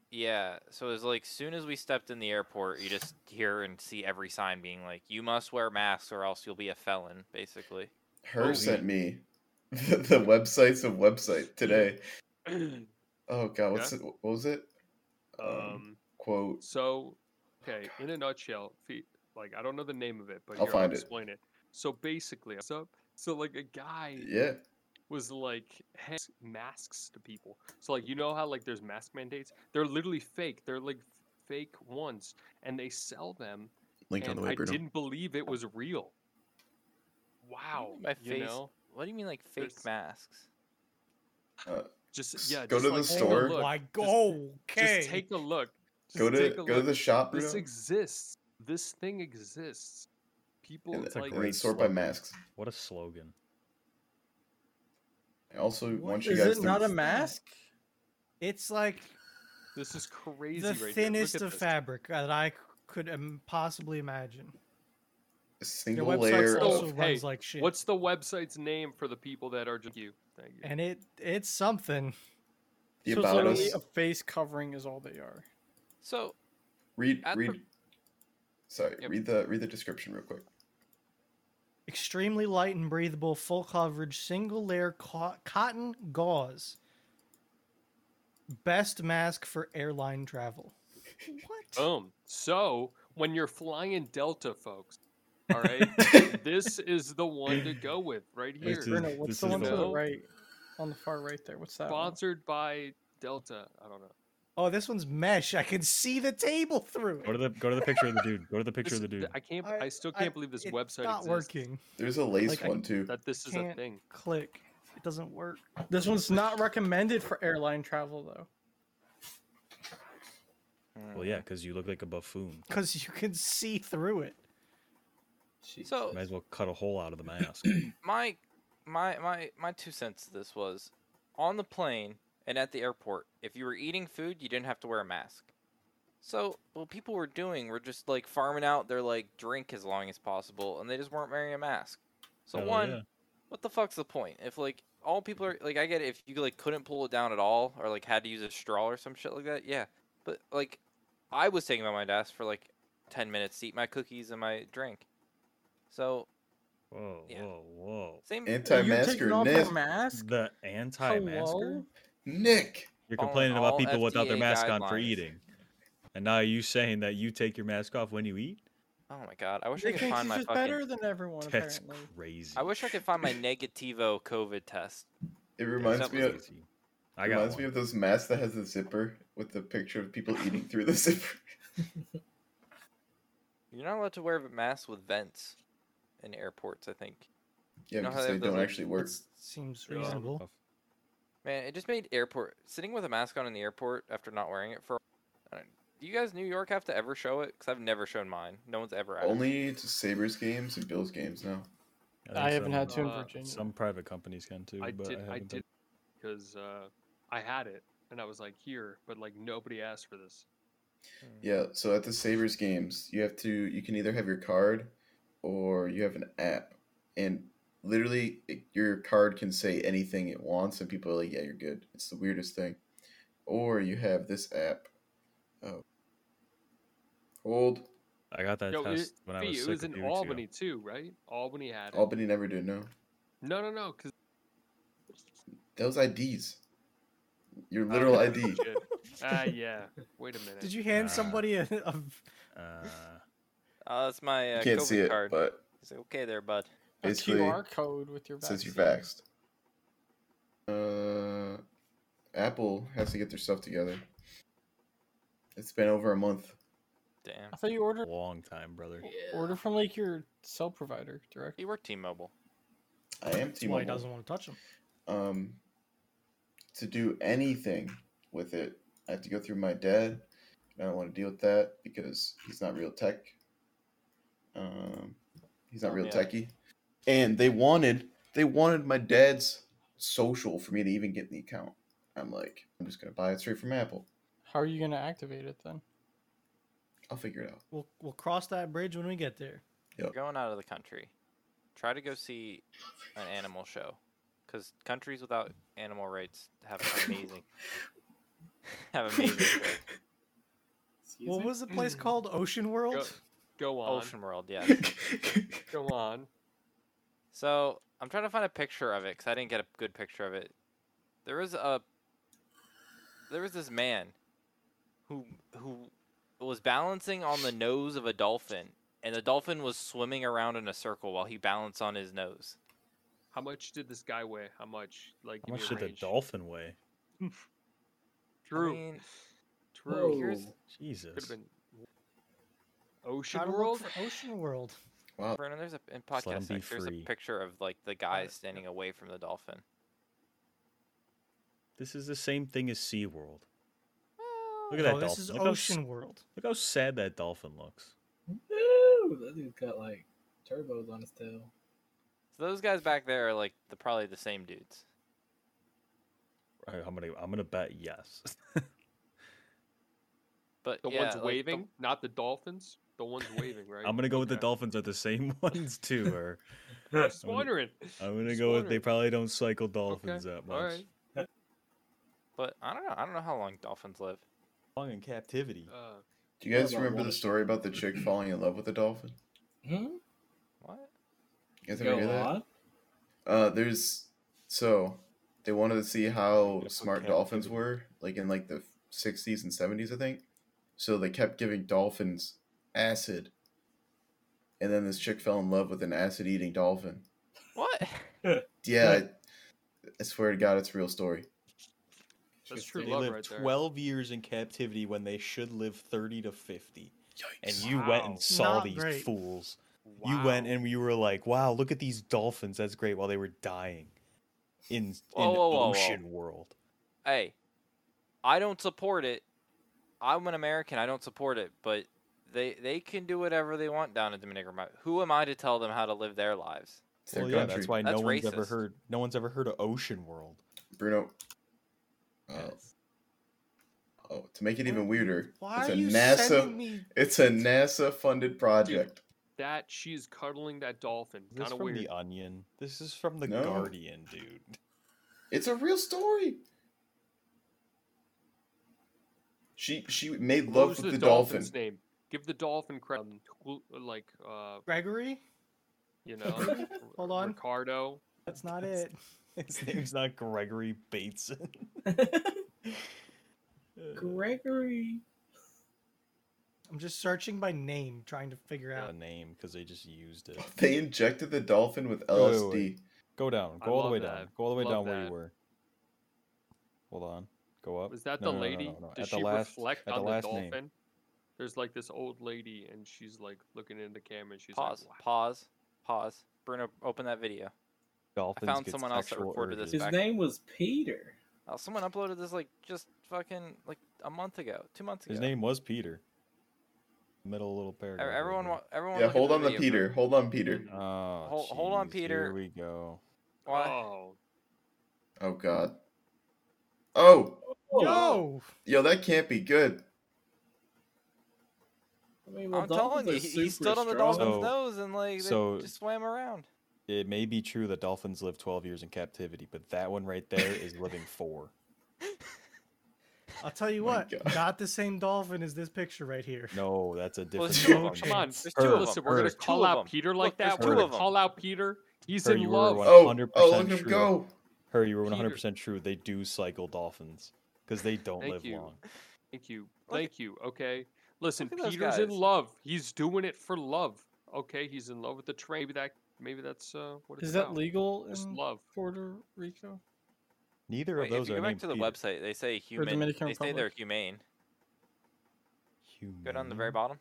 yeah. So it was like, soon as we stepped in the airport, you just hear and see every sign being like, you must wear masks or else you'll be a felon, basically.
Her
Oh,
sent me the, the websites of website today. Oh god, what's
Yeah.
it, what was it?
um.
Quote.
So, okay, in a nutshell, fe- like I don't know the name of it, but
I'll
here, I'll
find it.
explain it. So basically, so so like a guy
Yeah.
was like hands masks to people. So like you know how like there's mask mandates? They're literally fake. They're like fake ones, and they sell them.
Link on
and
the way,
I
Bruno.
didn't believe it was real. Wow,
My face.
you know,
What do you mean, like, fake
There's-
masks?
just
S-
yeah.
go
just,
to the
like, take a
store.
look.
Like,
Just-
Oh okay.
Just take a look. Just
Go to
take a
go
look.
to the shop, Bruno.
This exists. This thing exists. People
and,
It's a
like,
like
and then
great
sort by
slogan.
masks.
What a slogan.
I also
What
want you
Is
guys
it
to
not a
that?
mask?
It's like
This is crazy.
the
right here. Look
thinnest
at
of
this.
fabric that I c- could um, possibly imagine. Their
single
website
layer
also
of
of-
runs
Oh, Hey,
like shit.
What's the website's name for the people that are just you? Thank you.
and it it's something.
the
so it's
about
literally
us.
a face covering is all they are.
So
Read
At the-
read. Sorry,
Yep.
read the read the description real quick.
Extremely light and breathable, full coverage, single layer co- cotton gauze. Best mask for airline travel. What?
Boom. So when you're flying Delta, folks, all right, this is the one to go with right here.
This is-
Bruno, what's
this
the
is
one to the
the-
right? On the far right there. What's that? one?
Sponsored by Delta. I don't know.
Oh, this one's mesh. I can see the table through
Go to
it.
the go to the picture of the dude. Go to the picture
This-
of the dude.
I can't.
I-
I, still
I-
can't believe this
it's
website
not
exists,
working.
There's a lace
Like, I-
one too.
That this is a
Can't
thing.
click. It doesn't work.
This one's not recommended for airline travel though.
Well, yeah, because you look like a buffoon.
Because you can see through it.
Jeez.
so
Might as well cut a hole out of the mask.
my my my my two cents to this was on the plane and at the airport if you were eating food you didn't have to wear a mask so what people were doing were just like farming out their like drink as long as possible and they just weren't wearing a mask so
Hell
one,
yeah.
what the fuck's the point if like all people are like i get it if you like couldn't pull it down at all or like had to use a straw or some shit like that yeah but like i was sitting by my desk for like 10 minutes to eat my cookies and my drink so
Whoa,
Yeah.
whoa, whoa.
same
Anti
You're
masker
taking off
Nick.
your mask?
The anti-masker.
Hello?
Nick.
You're
Following
complaining about
all
people without their
FDA
mask on for
guidelines.
eating, and now you saying that you take your mask off when you eat.
Oh my god! I wish I
Nick
could
thinks
find
he's
my
just
fucking.
better than everyone
That's
apparently.
crazy.
I wish I could find my negativo COVID test.
It
That
reminds me
was
of
easy.
crazy. I got
reminds
one.
me of those masks that has the zipper with the picture of people eating through the zipper.
You're not allowed to wear masks with vents in airports. I think.
Yeah,
know how
because
they
they
have those,
don't
like,
actually work.
That seems
Yeah.
reasonable.
Man, it just made airport sitting with a mask on in the airport after not wearing it for. I don't- Do you guys in New York have to ever show it? Because I've never shown mine. No one's ever asked.
Only to Sabres games and Bills games now.
think
I haven't
some-
had to in
Uh,
Virginia.
Some private companies can too,
I
but
did.
I haven't.
I,
been-
did because uh, I had it and I was like here, but like nobody asked for this.
Mm.
Yeah, so at the Sabres games, you have to you can either have your card or you have an app. And literally it- your card can say anything it wants and people are like, "Yeah, you're good." It's the weirdest thing. Or you have this app. Oh. Hold.
I got that
Yo, it,
test when I
Fee,
was
it
sick.
was
a
in
few weeks ago.
Albany too, right? Albany had it.
Albany never did know.
No, no, no, because
Those IDs. Your literal ID.
Ah, yeah. Wait a minute. Ah.
Did you hand
Uh,
somebody a, a
Uh,
Uh, that's my uh,
You can't
COVID
see it,
card.
but
He's like, okay, there, bud.
A
basically
QR code with your
it says you're
vaccine.
vaxxed. Uh, Apple has to get their stuff together. It's been over a month.
Damn.
I thought you ordered
long time, brother.
order from like your cell provider direct.
You work T-Mobile.
I am
That's why he
T-Mobile.
doesn't want to touch them.
um, to do anything with it, I have to go through my dad. and I don't want to deal with that because he's not real tech. Um, he's not
Oh,
real
yeah.
techie. And they wanted they wanted my dad's social for me to even get the account. I'm like, I'm just gonna buy it straight from Apple.
How are you gonna activate it then?
I'll figure it out.
We'll we'll cross that bridge when we get there.
You're going out of the country. Try to go see an animal show, because countries without animal rights have amazing, have amazing shows.
What was the place called? Ocean World.
Go on.
Ocean World, yeah.
Go on.
So I'm trying to find a picture of it because I didn't get a good picture of it. There was a there was this man who who was balancing on the nose of a dolphin, and the dolphin was swimming around in a circle while he balanced on his nose.
How much did this guy weigh? How much? Like,
How
give
much
me a
did the
range.
dolphin weigh?
True.
I mean,
True.
here's
Could have
Jesus.
been Ocean
Gotta look
World.
for Ocean World.
wow.
Vernon, there's a in
Just let 'em
podcast.
be
Sex, there's a
free.
picture of like the guy standing away from the dolphin.
This is the same thing as SeaWorld. Look at
no,
that
Oh, this
dolphin.
is
look, how, s-
Ocean World.
look how sad that dolphin looks.
Ooh, that dude's got like turbos on his tail.
So those guys back there are like the probably the same dudes.
I- I'm gonna I'm gonna bet yes.
But
The
yeah,
ones
like, the-
waving, not the dolphins. The ones waving, right?
I'm gonna go with the
Okay.
dolphins are the same ones too, or
Just
I'm gonna-
wondering.
I'm gonna
Just
go with they
wondering.
probably don't cycle
Okay,
dolphins that much.
All right.
but I don't know. I don't know how long dolphins live.
long in captivity.
Uh,
Do you guys
Yeah, but
remember
what
the
is-
story about the chick falling in love with a dolphin?
Hmm?
What?
You guys ever
Go
hear that?
on.
Uh, there's so they wanted to see how
Gonna put
smart
cat
dolphins
food.
were, like in like the sixties and seventies, I think. So they kept giving dolphins acid, and then this chick fell in love with an acid-eating dolphin.
What?
Yeah, I, I swear to God, it's a real story.
that's
They
true love
lived
right there.
12 years in captivity when they should live 30 to 50. And
Yikes.
you went
Wow.
and saw
Not
these
great.
fools. You went
Wow.
and you were like, wow, look at these dolphins. That's great. While they were dying in,
Whoa,
in
whoa, whoa, whoa.
ocean world.
Hey, I don't support it. I'm an American. I don't support it, but they they can do whatever they want down in Dominican Republic. Who am I to tell them how to live their lives?
It's their
well, yeah,
country.
that's why
That's
no one's ever
racist.
heard. No one's ever heard of ocean world.
Bruno. Uh, Oh, to make it even weirder,
Why
it's
are
a
you
NASA.
sending me?
It's a NASA-funded project.
that she's cuddling that dolphin.
Is This
Kind of
from
weird.
the Onion. This is from the
No.
Guardian, dude.
It's a real story. She she made
What
love
was
with the, dolphin.
dolphin's name? Give the dolphin credit. Um, who- Like, uh,
Gregory?
you know,
Hold on.
Ricardo.
That's not it.
His name's not Gregory Bateson.
Gregory.
I'm just searching by name, trying to figure
a
out.
name because they just used it.
They injected the dolphin with
Wait, wait,
LSD.
wait. Go down.
I
Go all the
love
way
that.
down. Go all the way
Love
down where you
that.
were. Hold on. Go up.
Was that the
Oh, No, no, no, no,
lady?
no, no.
Does
At the
she
last-
reflect
at the
on
last name.
dolphin? There's like this old lady, and she's like looking in the camera. And she's
Pause.
like, wow.
Pause. Pause. Bruno, open that video.
Dolphins
found
get
someone else that
sexual
reported this
urges.
His
back.
name was Peter.
Oh, someone uploaded this like just fucking like a month ago, two months ago.
His name was Peter. Middle little
E-
paragraph. right
Everyone,
here.
wa- everyone.
Yeah,
look at
hold
the
on to
video for-
Peter. Hold on, Peter.
Oh,
Hol- hold on,
jeez,
Peter.
Here we go.
Why-
Oh,
Oh God. Oh,
No!
yo, that can't be good.
I mean, well,
I'm telling
dolphins
you,
are
he, he
super
stood on the
strong.
dolphin's
So-
nose and like they
so-
just swam around.
It may be true that dolphins live 12 years in captivity, but that one right there is living four.
I'll tell you
Oh My
what,
God.
not the same dolphin as this picture right here.
No, that's a
Well,
different.
there's
no
two of
dolphin.
chance.
come on.
There's
There's
two of
Her-
them.
Listen, we're gonna
There's two
call
of
out
them.
Peter
Look,
like
there's
that.
two
We're
of
gonna
them.
call out Peter. He's
Her,
in
you were
love.
one-
Oh, oh,
100%
look at him
sure.
go.
Her, you were
Peter.
100% true. They do cycle dolphins because they don't
Thank
live
you.
long.
Thank you.
Look at-
Thank you. Okay. Listen,
at those
Peter's in
guys.
love. He's doing it for love. Okay, he's in love with the train. Maybe that. Maybe that's uh, what it's
Is that
about.
legal
Just
in
love.
Puerto Rico?
Neither
Wait,
of those
if you
are
go back
named
to the
Peter.
website, they say human. They
Dominican
say they're
Republic.
humane. Go down the very
Humane?
bottom.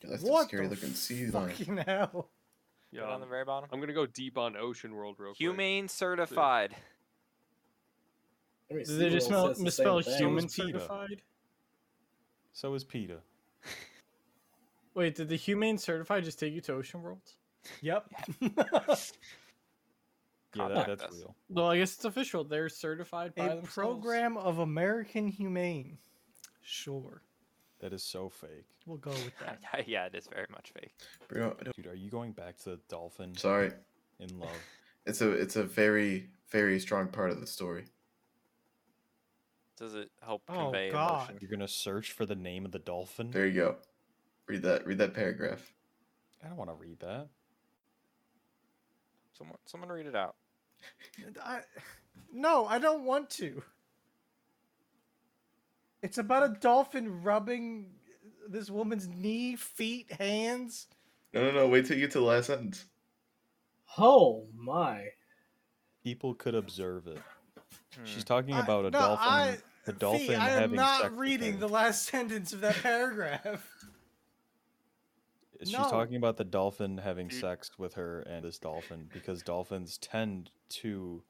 Yo, that's
what
a scary
the
looking sea lion.
fucking hell?
Go
Yeah.
down the very bottom.
I'm gonna go deep on Ocean World real quick.
Humane certified.
I mean,
Did they just
SeaWorld
mel-
says the
misspell
same thing.
human
It's PETA.
certified?
So is PETA.
Wait, did the humane certified just take you to Ocean World?
Yep.
Yeah, that,
Contact
that's
us.
real.
Well, I guess it's official. They're certified by
A
themselves.
program of American Humane. Sure.
That is so fake.
We'll go with that.
yeah, it is very much fake.
Bruno, I don't-
Dude, are you going back to the dolphin
sorry.
in love?
It's a it's a very very strong part of the story.
Does it help
Oh,
convey
God.
emotion?
You're gonna search for the name of the dolphin?
There you go. Read that. Read that paragraph.
I don't want to read that.
Someone, someone read it out.
I, no, I don't want to. It's about a dolphin rubbing this woman's knee, feet, hands.
No, no, no. Wait till you get to the last sentence.
Oh my!
People could observe it.
Hmm.
She's talking
I-
about a
no,
dolphin.
I-
the
Fee,
dolphin
I am
having
not
sex with
reading
her.
the last sentence of that paragraph.
She's
No.
talking about the dolphin having
Dude.
sex with her and this dolphin because dolphins tend to.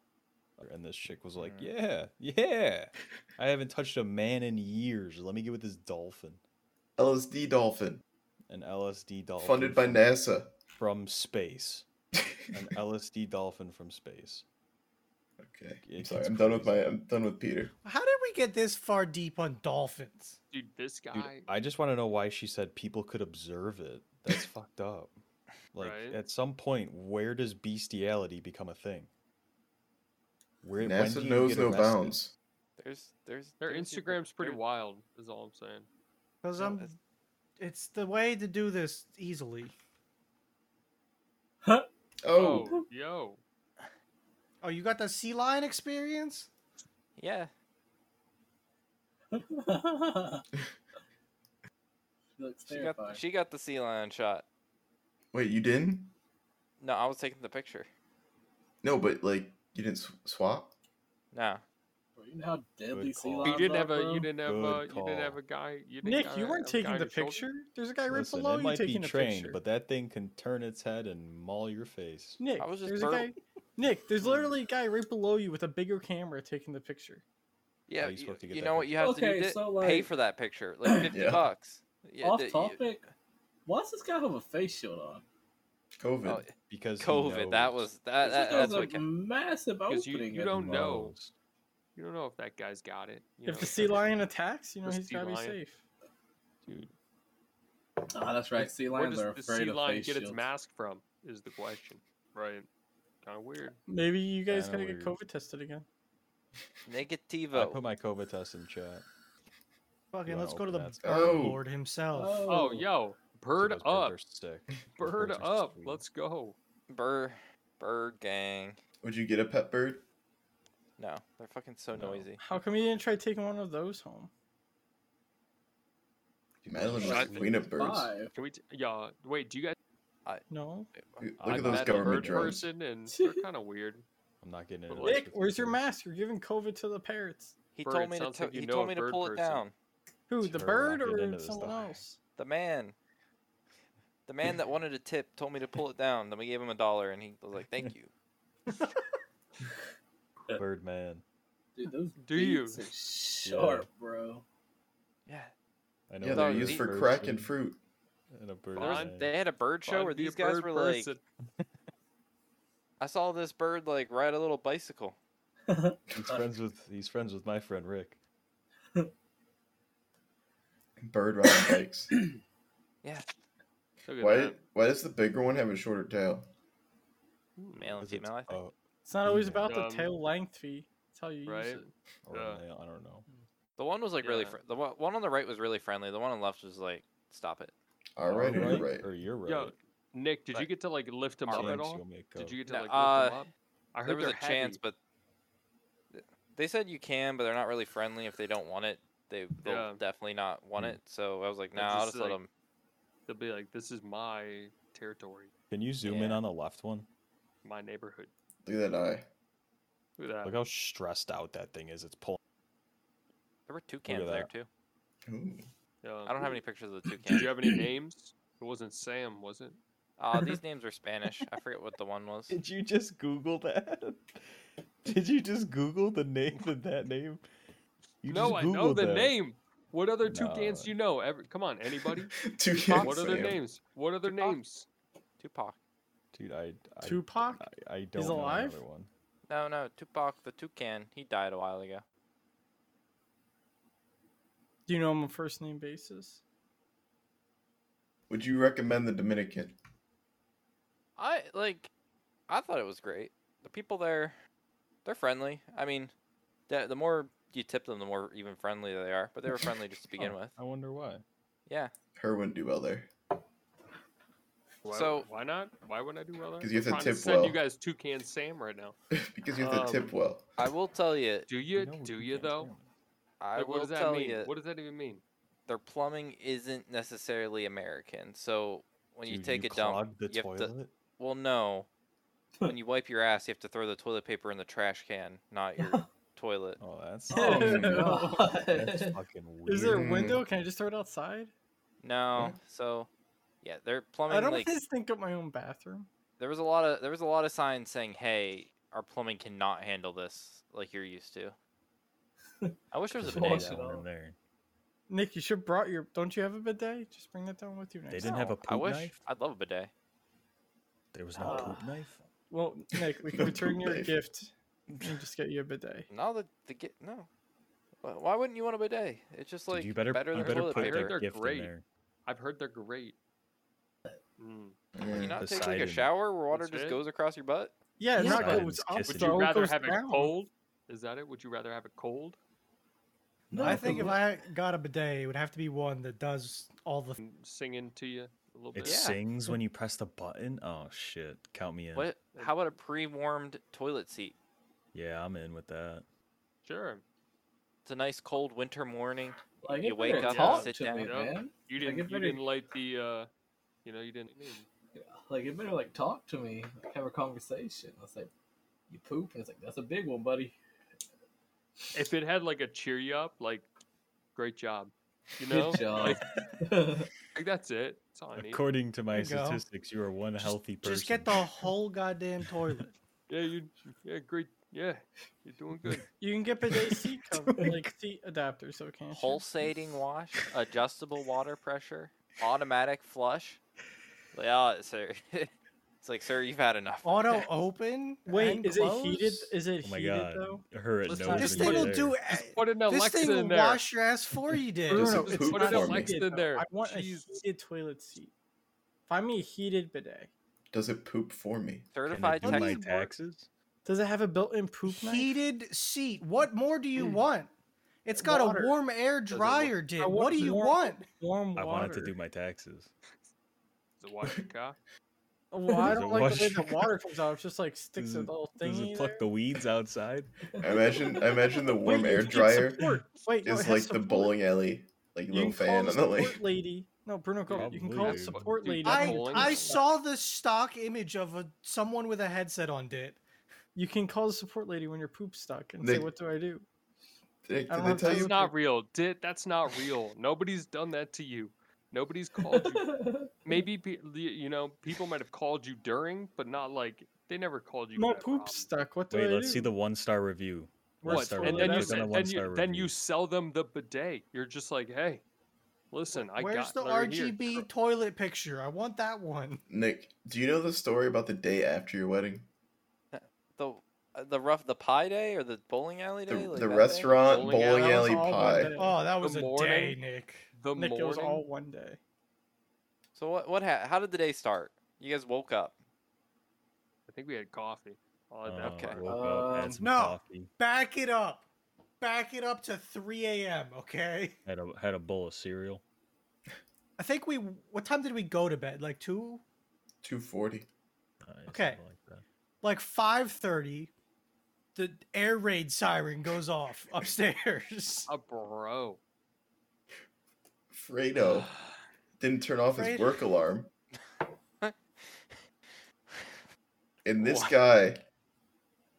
And this chick was like,
Hmm.
"Yeah, yeah, I haven't touched a man in years. Let me get with this dolphin,
LSD dolphin,
an LSD dolphin
funded by
from-
NASA.
from space, an LSD dolphin from space."
Okay. I'm
It
sorry.
gets
I'm done with my.
crazy.
I'm done with Peter.
How did we get this far deep on dolphins?
Dude, this guy.
Dude, I just want to know why she said people could observe it. That's fucked up. Like
Right?
at some point, where does bestiality become a thing? Where when do
NASA
you
knows
get
no
arrested?
bounds.
There's there's
Their
there's your-
Instagram's pretty
there's-
wild. Is all I'm saying.
Because
No,
I'm.
it's-
It's the way to do this easily.
Oh,
yo,
Oh, you got the sea lion experience?
Yeah.
She looks
She got
terrified.
she got the sea lion shot.
wait, you didn't?
No, I was taking the picture.
No, but like you didn't sw- swap.
No.
Bro, you know how deadly
Good
sea
call.
lions
He
you didn't
are,
have a
bro?
you didn't have
Good
a you didn't have
call.
a guy. You didn't
Nick,
got
you
a-
weren't
have a
taking
guy on
the
your shoulder?
picture. There's a guy right
Listen,
below
it
you
might be
taking
trained,
a picture.
but that thing can turn its head and maul your face.
Nick,
I was just
there's
burp-
a guy. Nick, there's literally a guy right below you with a bigger camera taking the picture.
Yeah,
you're
you,
supposed to get
you
that
know what
picture.
you have to
Okay,
do? Di-
so,
pay
like-
for that picture, like fifty
Yeah.
bucks. Yeah,
Off
that you-
topic. Why does this guy have a face shield on?
COVID.
oh,
Because he
COVID. That
knows.
was that. that
It's like there's
that's what.
a
ca-
massive
Because you,
opening.
you
at-
don't know.
knows.
You don't know if that guy's got it. You know,
if the
it's
sea
like-
lion attacks, you know
The
he's
sea
gotta be
lion.
safe.
Dude,
Ah, that's right. Sea
where
lions
does
are
the sea
afraid of
lion
face
get its
shields.
mask from? Is the question, right? Kind of weird.
Maybe you guys
Kinda
gotta get
weird.
COVID tested again.
I
Negativo.
put my COVID test in chat.
Fucking,
wanna
let's go to the
open
that screen?
bird
Oh.
lord himself.
Oh, yo, bird
Those birds
up,
are sick. Those
bird
birds are
up.
sweet.
Let's go.
Bird, bird gang.
Would you get a pet bird?
No, they're fucking so
No.
noisy.
How come you didn't try taking one of those home?
Dude, Madeline
I
was
think
queen of birds.
Five.
Can we? T- yeah. Wait. Do you guys?
No.
Dude, Look
I
at those
met the
government
bird
drones.
person, and they're kind of weird.
I'm not getting into
But
this
like-
with
Nick,
you
where's your
two.
mask? You're giving COVID to the parrots.
He
Bird,
told me to.
sounds like
to-
you
he
know
told
a
me to
bird
pull it
person.
down.
Who, the
Sure, we're not
bird
getting into
or
this,
someone
though.
else?
The man. The man that wanted a tip told me to pull it down. Then we gave him a dollar, and he was like, "Thank you."
Birdman.
Dude, those
Do you?
beaks Are sharp, bro.
Yeah,
I know
Yeah, they're
a
dog,
bird
used
these
for
person
crack and fruit.
And a bird.
There was-
Fine.
they had a bird show
Find
where
me a
these guys
bird
were like,
person.
I saw this bird like ride a little bicycle.
He's friends with he's friends with my friend Rick.
Bird riding bikes.
Yeah,
Look at
why?
that.
Why does the bigger one have a shorter tail?
male and
'Cause it's
female. I think.
a- oh,
It's not always
Yeah.
about the
Um,
tail length fee. It's how you
right?
use it.
or a
Yeah.
male, oh, I don't know.
The one was like really
Yeah.
fr- the one one on the right was really friendly. The one on the left was like, "Stop it."
All right,
Or
you're right.
Or you're right.
Yo, Nick, did you
Right.
get to like lift him up
Jinx,
at all?
you'll make
Did
up.
you get to
No,
like lift
uh,
him up? I
there
heard
was
they're
a chance,
heavy.
but th- they said you can, but they're not really friendly if they don't want it. They they'll
Yeah.
definitely not want it. So I was like,
They're
nah, I'll
just,
just let
like-
them.
They'll be like, "This is my territory,
Can you zoom in
Yeah.
on the left one?
my neighborhood."
Look at that eye.
Look at that.
Look how stressed out that thing is. It's pulling.
There were two cans there
that.
too.
Ooh.
Yeah.
I don't have any pictures of the two
Did
cans.
you have any names? It wasn't Sam, was it?
Uh, these names are Spanish. I forget what the one was.
Did you just Google that? Did you just Google the name of that name? You
no,
just
I know
Googled
the
that.
name. What other two
No.
cans do you know? Every, come on, anybody?
Two kids.
what are their
Sam.
names? What are their
Tupac?
names?
Tupac.
Dude, I, I,
Tupac?
I, I don't know
alive?
another one.
No, no, Tupac the toucan. He died a while ago.
Do you know him on first name basis?
Would you recommend the Dominican?
I like. I thought it was great. The people there, they're friendly. I mean, the the more you tip them, the more even friendly they are. But they were friendly just to begin
Huh,
with.
I wonder why.
Yeah.
Her wouldn't do well there.
Why,
So-
why not? Why wouldn't I do well? there?
'Cause you have
I'm
to
trying
tip
send
well.
you guys two cans Sam right now.
because you have to
Um,
tip well.
I will tell you.
Do
I
you?
know
Do
you
you
can't
though?
spam it.
I
Like,
will
what does that
tell
mean?
you.
What does that even mean?
their plumbing isn't necessarily American. So when you
Dude,
take a dump,
clogged the
you
toilet.
have to. Well, no. when you wipe your ass, you have to throw the toilet paper in the trash can, not your toilet.
Oh, that's
Oh,
fucking-
no.
that's
God.
fucking weird.
Is there a
Weird.
window? Can I just throw it outside?
No. So, yeah, their plumbing
I don't
like
want to think of my own bathroom.
there was a lot of there was a lot of signs saying, "Hey, our plumbing cannot handle this like you're used to." I wish there was a
There's
bidet.
Bullshit.
though.
one in
though.
there.
Nick, you should brought your. Don't you have a bidet? Just bring that down with you next.
They
time.
didn't have a
I
poop
wish
knife.
I'd love a bidet.
There was no
Uh,
poop
Ah.
knife.
Well, Nick, we
No
can return your
bidet.
gift and just get you a bidet.
No, the the get no. Wh- Why wouldn't you want a bidet? It's just
Dude,
like
you better,
better
you
than
better
toilet
put
paper.
that
They're
gift
great.
in there.
I've heard they're great. Mm.
Can
Yeah.
you not take like a
Poseidon.
shower where water
That's
just
it?
goes across your butt?
Yeah,
Yeah.
not
Poseidon's
goes up.
kissing
Would
you.
though,
you
it
rather
goes
have it
down.
cold? Is that it? Would you rather have it cold?
No,
I think if I got a bidet, it would have to be one that does all the.
and singing to you a little
it
bit.
Yeah.
sings when you press the button. Oh shit! Count me in.
What? How about a pre-warmed toilet seat?
Yeah, I'm in with that.
Sure.
It's a nice cold winter morning.
Like,
You
it
wake
better
up,
talk
sit
to
down.
me,
Yeah.
man.
You
Like,
didn't.
it
you
better-
didn't light the. Uh, you know, you didn't.
Like, it better like talk to me. Like, have a conversation. I was like, you poop, and it's like that's a big one, buddy.
If it had like a cheer you up, like, great job. You know,
Good job.
Like, like, that's it. That's all I need.
According to my
you go.
statistics, you are one healthy person.
Just get the whole goddamn toilet.
Yeah, you. Yeah, great. Yeah, you're doing good.
You can get bidet seat cover, like seat adapter, so it can't. shit.
Pulsating wash, adjustable water pressure, automatic flush. Yeah, sir. it's like, sir, you've had enough.
Auto open.
Wait,
and
is it heated?
close?
Is it
Oh my
heated
god!
though?
Her it
Let's
knows.
not-
This
Is
thing
it
will
there.
do.
Put an
This
Alexa
thing
in
will
there.
wash your ass for you, did.
Bruno,
Bruno,
it's
it's
poop
not
for me.
heated,
Just in
though.
there.
I want
Jeez.
a heated toilet seat. Find me a heated bidet.
Does it poop for me?
Can I
Certified
do
tech
my
support.
taxes?
Does it have a built-in poop knife?
heated seat. What more do you want? It's got
Hmm. Water.
a warm air
it
dryer, did.
I
What
want
do you
warm-
want?
Warm water.
I wanted to do my taxes.
Is it wash your cock?
Well, I
Does it
don't like the way
wash-
the water comes out. It just like sticks
Does
a
it-
little
Does
thingy.
it pluck the
there.
weeds outside?
I imagine. I imagine the warm
Wait,
air
it's
dryer
support. Wait, no, it
is
has
like the
support.
bowling alley, like
You
little
can call
fan
the
on the
support
lake.
lady. No, Bruno, go. You can
Probably,
call it
dude.
support
Dude,
lady.
that's
I
all in
I
it.
saw the stock image of a someone with a headset on, did.
You can call the support lady when your poop's stuck and say,
They-
"What do I do?"
Did,
I
did
don't
they
have
tell
time
you?
It's not real. Did that's not real. Nobody's done that to you. Nobody's called you. Maybe pe- the- you know people might have called you during, but not like they never called you.
My
when that
poop's stuck. What do I
Wait,
do?
let's see the one star review.
problem-
One
What?
star
Well,
And
review.
then you,
that's
Click
se-
on
then,
the one
you,
star
then you
review.
sell them the bidet. You're just like, hey, listen, I
Where's
got
the
Larry here."
RGB toilet picture? I want that one.
Nick, do you know the story about the day after your wedding?
the uh, the rough the pie day or the bowling alley
The,
day? like
the
that day?
restaurant
Bowling
bowling,
alley?
That
alley
was all one
pie.
day.
Oh, that was a day,
morning?
Nick.
The
Nick, it was
morning.
all one day.
So what what ha- how did the day start? You guys woke up.
I think we had coffee. I'll add that
Oh,
Okay.
I woke up,
Um,
had some
Uh, no.
coffee,
Back it up. Back it up to 3 a.m. Okay.
had a had a bowl of cereal.
I think we. What time did we go to bed? Like two.
Two forty.
Uh, yeah,
Okay.
something like that.
Like 5:30. The air raid siren goes off upstairs.
A bro.
Fredo didn't turn off
Fredo.
his work alarm. and this
What?
guy,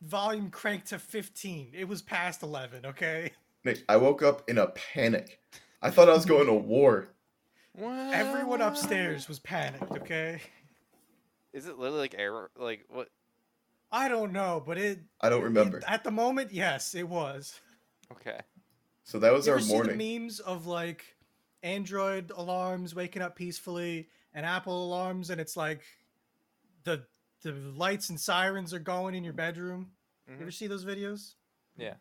Volume cranked to 15. It was past 11. Okay.
Nick, I woke up in a panic. I thought I was going to war.
Everyone upstairs was panicked. Okay.
Is it literally like error? Like what?
I don't know, but it.
I don't remember.
At the moment, yes, it was.
Okay.
So that was
you
our
ever
morning.
see the memes of like Android alarms waking up peacefully and Apple alarms, and it's like the the lights and sirens are going in your bedroom. You ever see those videos?
Mm-hmm. Yeah.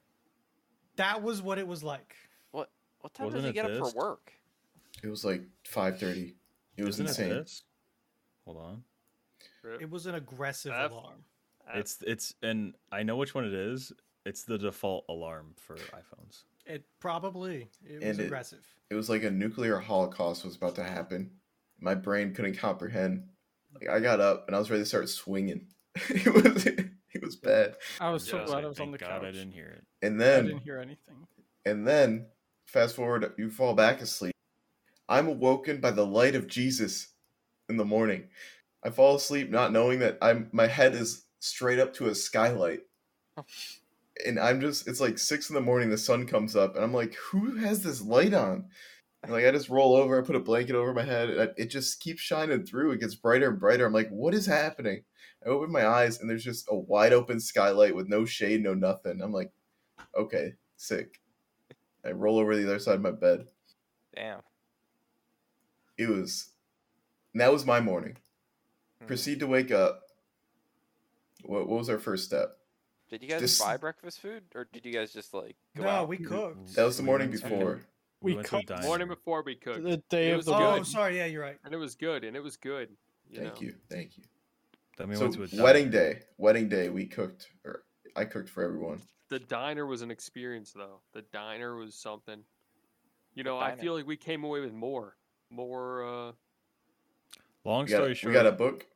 That was what it was like.
What what time
Wasn't
does he
it
get up
this?
for work?
It was like five thirty. It was
Isn't
insane.
this? Hold on.
It was an aggressive
F-
alarm.
Uh,
It's it's and I know which one it is. It's the default alarm for iPhones.
It probably it was
And it-
aggressive.
It was like a nuclear holocaust was about to happen. My brain couldn't comprehend. Like I got up and I was ready to start swinging. it was it was bad.
I was so
Yeah.
glad I was on the
Thank
couch.
God I didn't hear it.
And
I
then
didn't hear anything.
and then fast forward, you fall back asleep. I'm awoken by the light of Jesus in the morning. I fall asleep not knowing that I'm my head is straight up to a skylight. And I'm just it's like six in the morning, the sun comes up, and I'm like, who has this light on? And like I just roll over, I put a blanket over my head, and I, it just keeps shining through. It gets brighter and brighter. I'm like, what is happening? I open my eyes and there's just a wide open skylight with no shade, no nothing. I'm like, okay, sick. I roll over to the other side of my bed.
Damn.
It was, and that was my morning.
Hmm.
Proceed to wake up. What, what was our first step?
Did you guys
This-
buy breakfast food or did you guys just like go
no,
out?
we cooked.
That was the
We
morning
went to-
before.
We,
We
went to a
cooked
diner.
morning before we cooked,
The day
It
of
was
the
good.
Oh,
wedding.
Good.
sorry. Yeah, you're right.
and it was good, and it was good. You
Thank
know?
you, thank you.
Then we
so
went to a
wedding
diner.
day, wedding day, we cooked, or I cooked for everyone.
the diner was an experience though. The diner was something. You know, I
diner.
feel like we came away with more, more. Uh,
Long
We got,
story
a, we
short,
got a book.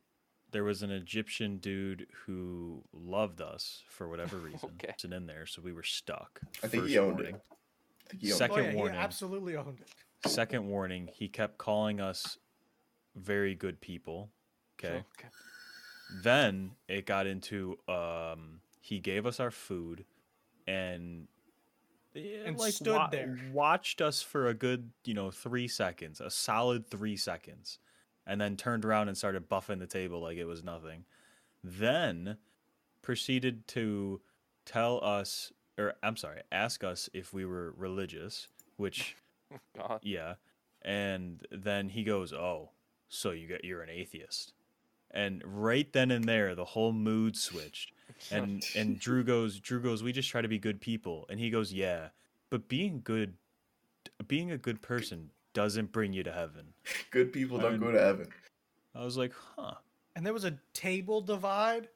there was an Egyptian dude who loved us for whatever reason.
Okay.
It's in there, so we were stuck.
I think he
First
owned
warning.
it. I think he owned
Oh,
Second
yeah, he
warning.
absolutely owned it.
Second warning, he kept calling us very good people. Okay. Then it got into um he gave us our food and eh,
And stood there.
watched us for a good, you know, 3 seconds, a solid 3 seconds, and then turned around and started buffing the table like it was nothing. Then proceeded to tell us or I'm sorry, ask us if we were religious, which
God.
yeah. And then he goes, "Oh, so you got you're an atheist." And right then and there, the whole mood switched. And and Drew goes, Drew goes, "We just try to be good people." And he goes, "Yeah, but being good being a good person doesn't bring you to heaven."
Good people don't
And-
go to heaven.
I was like, "Huh."
And there was a table divide.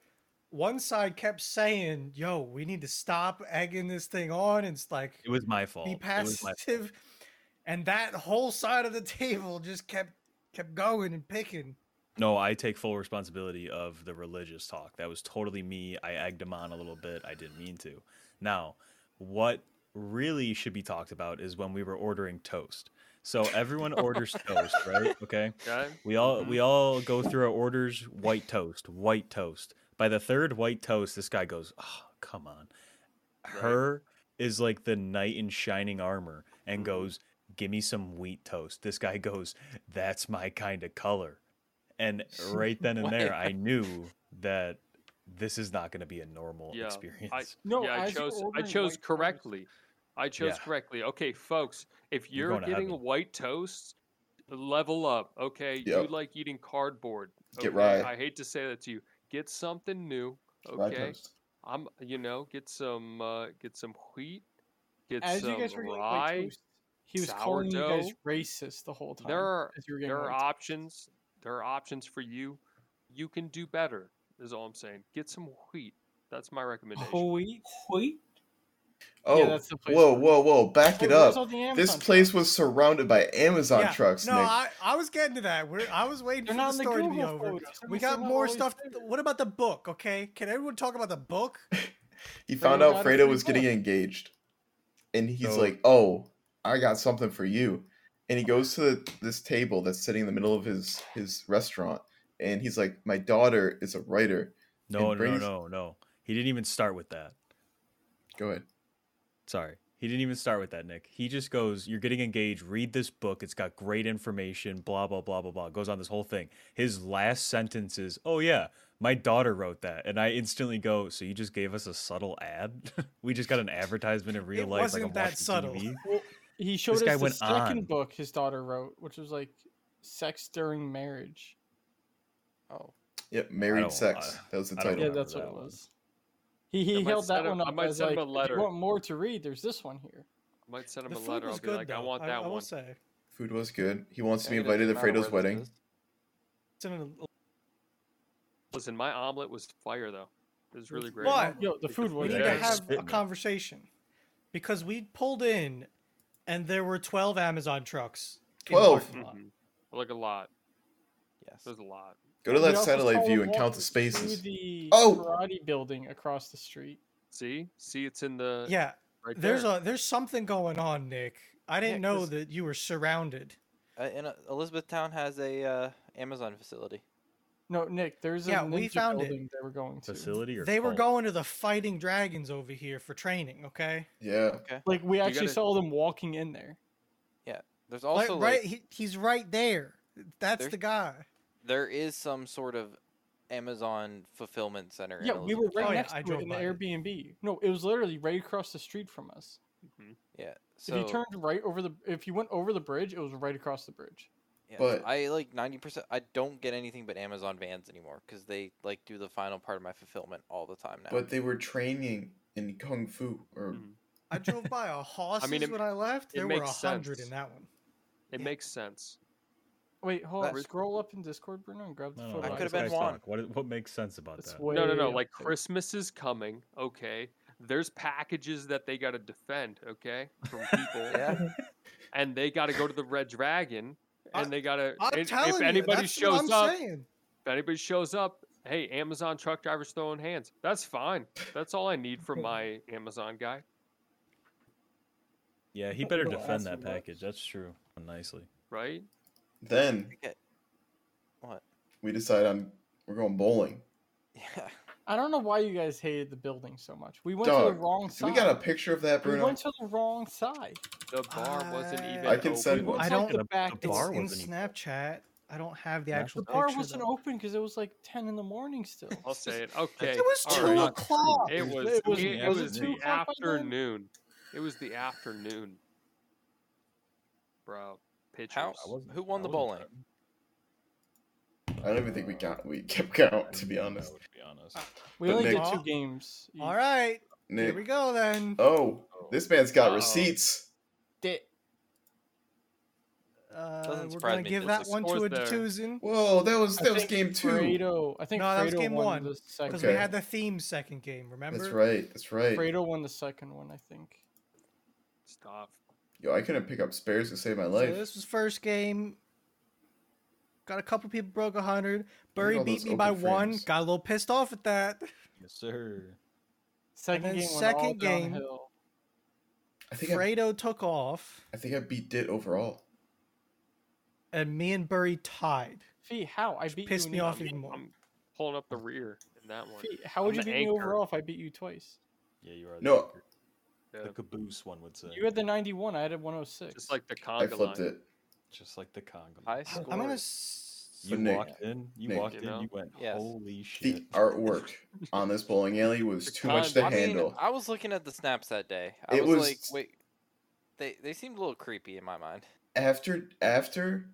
One side kept saying, "Yo, we need to stop egging this thing on." And it's like
It was my fault.
be
It was my-
passive, and that whole side of the table just kept kept going and picking.
no, I take full responsibility of the religious talk. That was totally me. I egged him on a little bit. I didn't mean to. Now, what really should be talked about is when we were ordering toast. So everyone orders toast, right? Okay.
yeah,
We all we
Mm-hmm.
all go through our orders. White toast, white toast. By the third white toast, this guy goes, "Oh, come on." Her is like the knight in shining armor
Mm-hmm.
and goes, "Give me some wheat toast." This guy goes, "That's my kind of color." And right then and there, I knew that this is not going to be a normal
Yeah, I-
experience.
No,
yeah, I
as you're
chose. I
ordering
chose
white toast-
correctly. I chose
Yeah.
correctly. Okay, folks, if
You're
you're
going to
getting
heaven.
white toast, level up. Okay, you
Yep.
like eating cardboard.
Get
okay?
rye.
I hate to say that to you. Get something new.
Rye
Okay,
toast.
I'm. You know, get some. Uh, get some wheat. Get
As
some
you guys were eating white
rye.
toast, he was calling you guys racist the whole time.
There are
as you were getting
there are
white toast.
options. There are options for you. You can do better. Is all I'm saying. Get some wheat. That's my recommendation.
Wheat.
Wait,
Oh,
that's the place
whoa,
where-
whoa, whoa! Back
Oh,
it
where's all
up.
the
This
Amazon
place was surrounded by Amazon
Yeah,
trucks.
No,
Nick.
I, I was getting to that. We're, I was waiting
They're
for
not
the
in the
story to be
Google
over.
photos. They're
We
still
got
not
more
always
stuff.
there.
What about the book? Okay, can everyone talk about the book?
he found
you
out
got a
Fredo
free
was getting
book.
engaged, and he's
So-
like, "Oh, I got something for you." And he goes to the, this table that's sitting in the middle of his his restaurant, and he's like, "My daughter is a writer."
No,
and
no, no,
brings-
no, no. He didn't even start with that.
Go ahead.
Sorry. He didn't even start with that, Nick. He just goes, You're getting engaged. Read this book. It's got great information. Blah, blah, blah, blah, blah. Goes on this whole thing. His last sentence is, Oh, yeah, my daughter wrote that. And I instantly go, So you just gave us a subtle ad? we just got an advertisement in real
It
life.
wasn't
like I'm
that
watching
subtle.
TV.
He showed
guy
us the
went
second
on.
book his daughter wrote, which was like sex during marriage.
Oh.
Yep,
don't-
married sex.
I-
that was the
I don't
title.
Yeah,
remember
that's what
that
it
one.
was. He, he
might
held
send
that
him-
one
I
up
might
as
send
like,
him a
if
letter."
you want more to read, there's this one here.
I might send him
The
a
food
letter. I'll
was
be like,
good though.
I want that
I will
one.
say
Food was good. He wants to be
Yeah, it doesn't
invited to
matter where
Fredo's
this
wedding.
is.
it's in a-
Listen, my omelet was fire though. It was really great.
But
Yo, the food
we
was
need
Yeah,
to
it's
have
spitting
a
it.
conversation because we pulled in, and there were twelve Amazon trucks. in the
12.
parking lot.
Mhm. Like a lot.
Yes.
There's a lot.
Go to
We
that
also
satellite
saw
view
him
and count
walking
the spaces.
through the
Oh!
karate building across the street.
See, see, it's in the
Yeah,
Mm-hmm. Right
there's
there.
a there's something going on, Nick. I didn't
Yeah,
know
'cause-
that you were surrounded.
Uh, and uh, Elizabethtown has a uh, Amazon facility.
No, Nick, there's a
Yeah, we
ninja
found it.
building they were going to.
Facility or
They were
cult?
going to the fighting dragons over here for training. Okay,
Yeah.
Like we actually
gotta-
saw them walking in there.
There's
Like,
also
right,
like,
he, he's right there. That's
There's-
the guy.
there is some sort of Amazon fulfillment center. in
Yeah, we were right
Elizabethtown.
yeah,
next
I
to it
drove
in the
by it.
Airbnb. No, it was literally right across the street from us.
Mm-hmm.
Yeah. So
If you turned right over the, if you went over the bridge, it was right across the bridge.
Yeah, so
But-
I like ninety percent. I don't get anything but Amazon vans anymore because they like do the final part of my fulfillment all the time now.
But they were training in kung fu or
Mhm.
I drove by a horses
it-
when I left.
it
There were a
makes
hundred
sense.
in that one.
It
Yeah.
makes sense.
Wait, hold on.
That's-
Scroll up in Discord, Bruno, and grab the
No, no,
photo.
no,
I
let
could've
this
been
guy
Juan.
talk. What, what makes sense about
It's
that?
way
no, no, no.
up
Like
there.
Christmas is coming. Okay, there's packages that they got to defend, okay, from people,
Yeah.
and they got to go to the Red Dragon,
I-
and they got to.
I'm
If
telling you,
anybody
that's
shows
what
up,
I'm saying.
if anybody shows up, hey, Amazon truck drivers throwing hands. That's fine. That's all I need from my Amazon guy.
Yeah, he better
Well, that's
defend that
what-
package. That's true. Nicely.
right?
Then
Okay. What?
we decide on we're going bowling.
Yeah.
I don't know why you guys hated the building so much. We went to
Dog,
the wrong
So
side.
we got a picture of that,
We
Bruno.
went to the wrong side.
The bar wasn't
I-
even.
I can
open.
send one.
It's
I
like
don't-
the back
the
door.
bar
It's in
wasn't even-
Snapchat. I don't have the
Yeah.
actual
The bar
picture,
wasn't
though.
open because it was like ten in the morning still.
I'll say it. Okay.
It was
all
two
right.
not true.
o'clock.
It was.
It
It
was-
was,
was it two
the
o'clock by then?
afternoon. It was the afternoon. Bro, pictures.
How? Who won the bowling?
I don't even think we count. We kept count to be honest.
To be honest.
We
But
only did
Nick-
two games. You
All right, here
Nick-
we go then.
Oh, this man's got
Uh-oh.
receipts.
dick.
Uh,
Doesn't
we're
surprise
gonna
me,
give
there's
that
a
one to
score
a
there.
Tucson
Whoa, that was
I
that was
think
game two.
Fredo, I think
No, that was
Fredo
game
won
one,
the second.
because
Okay.
we had the theme second game. Remember?
That's right. That's right.
Fredo won the second one, I think.
Stop.
Yo, I couldn't pick up spares to save my
So
life.
this was first game. Got a couple people broke hundred. Burry
all
beat
those
me by
open
one.
frames.
Got a little pissed off at that.
Yes, sir.
Second
then
game, went all
second game-
downhill.
I think I,
Fredo took off,
I think I beat Dit overall.
and me and Burry tied.
Fee, how I beat
pissed
you
me
in-
off even more.
I'm pulling up the rear in that one.
Fee, how would
I'm
you
the
beat me
anchor.
overall if I beat you twice?
Yeah, you are.
No.
anchor.
Yeah,
The caboose one would say.
You had the 91, I had oh a 106.
just like the
I
conga
flipped
line.
it.
Just like the Congo.
I
I'm
scored.
gonna. s-
You
But Nick-
walked in. You
Nick,
walked
you
in.
know?
You went.
Yes.
Holy
The
shit.
artwork on this bowling alley was too much
con-
to
I
handle.
mean, I was looking at the snaps that day. I
It
was,
was-
like, wait, they they seemed a little creepy in my mind.
After after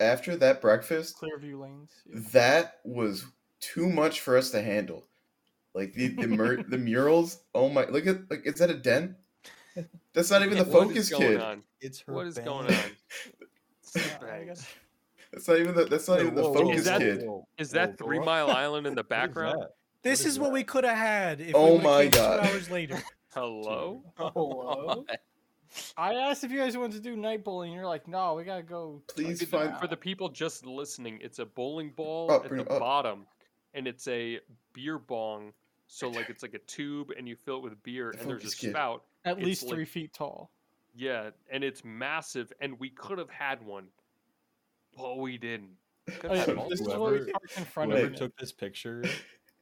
after that breakfast,
Clearview lanes. yeah.
that was too much for us to handle. Like the the, mur- the murals. Oh my! Look at like is that a den? That's not even the
What is
focus
going
kid.
on?
It's her.
What is
bag.
going on?
Yeah, I
Bangs.
gotta-
That's not even the that's not
Wait,
even the
whoa, whoa,
focus
Is that-
kid.
whoa,
Is
whoa,
that
bro.
Three Mile Island in the
What is
background?
that?
This
is
is what
that?
we could have had if
Oh
we would've
my
came
God.
two hours later.
Hello?
Oh.
Hello?
I asked if you guys wanted to do night bowling. You're like, no, we gotta go.
Please
Like,
find-
For the people just listening, it's a bowling ball
Up,
at
Oh, bring
the
it up.
bottom, and it's a beer bong. So like it's like a tube, and you fill it with beer,
The
and there's a
focus kid.
spout.
at
it's
least
like-
three feet tall.
Yeah, and it's massive, and we could have had one, but we didn't.
Could
Oh,
have
yeah,
had
Whoever-
this
multiple.
is what we
whoever-
parked in front
Whoever
of.
Nick.
it.
took this picture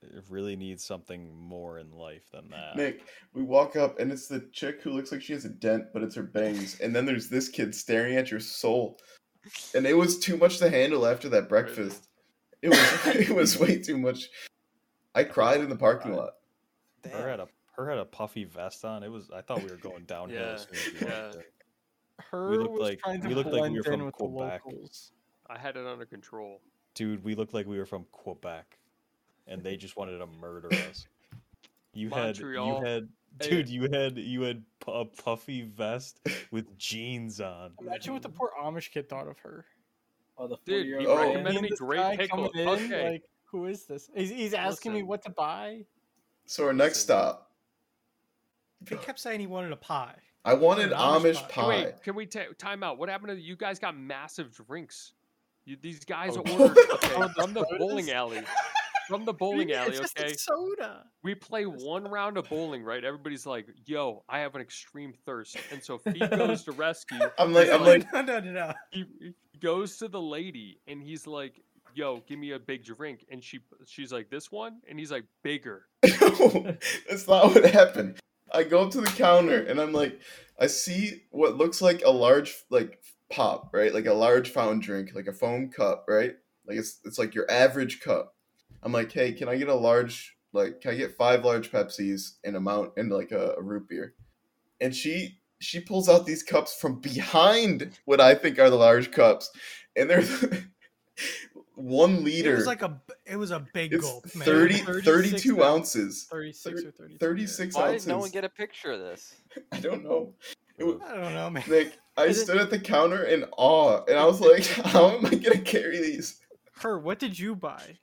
it really needs something more in life than that.
Nick, we walk up and it's the chick who looks like she has a dent, but it's her bangs. And then there's this kid staring at your soul. And it was too much to handle after that breakfast. It was it was way too much. I cried in the parking lot.
Her had a her had a puffy vest on. It was I thought we were going downhill.
Yeah,
as soon as we
yeah.
walked in.
Her
looked
was
like-
trying to
we looked like we
blend
were
in
from
with
Quebec.
the locals.
I had it under control.
Dude, we looked like we were from Quebec, and they just wanted to murder us. You
Montreal.
had you had
Hey.
dude, you had you had pu- a puffy vest with jeans on.
Imagine what the poor Amish kid thought of her.
Oh, the
Dude,
four-year-old
you
Oh.
And
recommended me
this guy
great pickle.
coming in,
okay,
like, who is this? He's, he's asking me
Listen.
what to buy.
So our next
Listen.
stop.
He kept saying he wanted a pie.
I wanted
An Amish
Amish,
pie.
pie.
wait, can we ta- time out? What happened to you guys? Got massive drinks. You, these guys
Oh,
ordered okay,
Oh, the
from the bowling
sodas?
alley. From the bowling alley, okay.
soda.
We play one round of bowling, right? Everybody's like, "Yo, I have an extreme thirst," and so Fee goes to rescue.
I'm like
He's
I'm like
no, no, no, no.
he he goes to the lady and he's like, "Yo, give me a big drink." And she she's like, "This one?" And he's like, "Bigger."
no, that's not what happened. I go up to the counter and I'm like, I see what looks like a large like pop, right? Like a large fountain drink, like a foam cup, right? Like it's it's like your average cup. I'm like, hey, can I get a large like can I get five large Pepsis and a mount and like a, a root beer? And she she pulls out these cups from behind what I think are the large cups, and there's one liter.
It was like a. b- It was a big
it's
gulp. Man.
30,
36
32
ounce.
ounces.
36 or 33.
36
Why
ounces.
did no one get a picture of this?
I don't know. It was,
I don't know, man.
like I
Is it-
stood at the counter in awe, and I was like, "How am I gonna carry these?"
Her, what did you buy?
I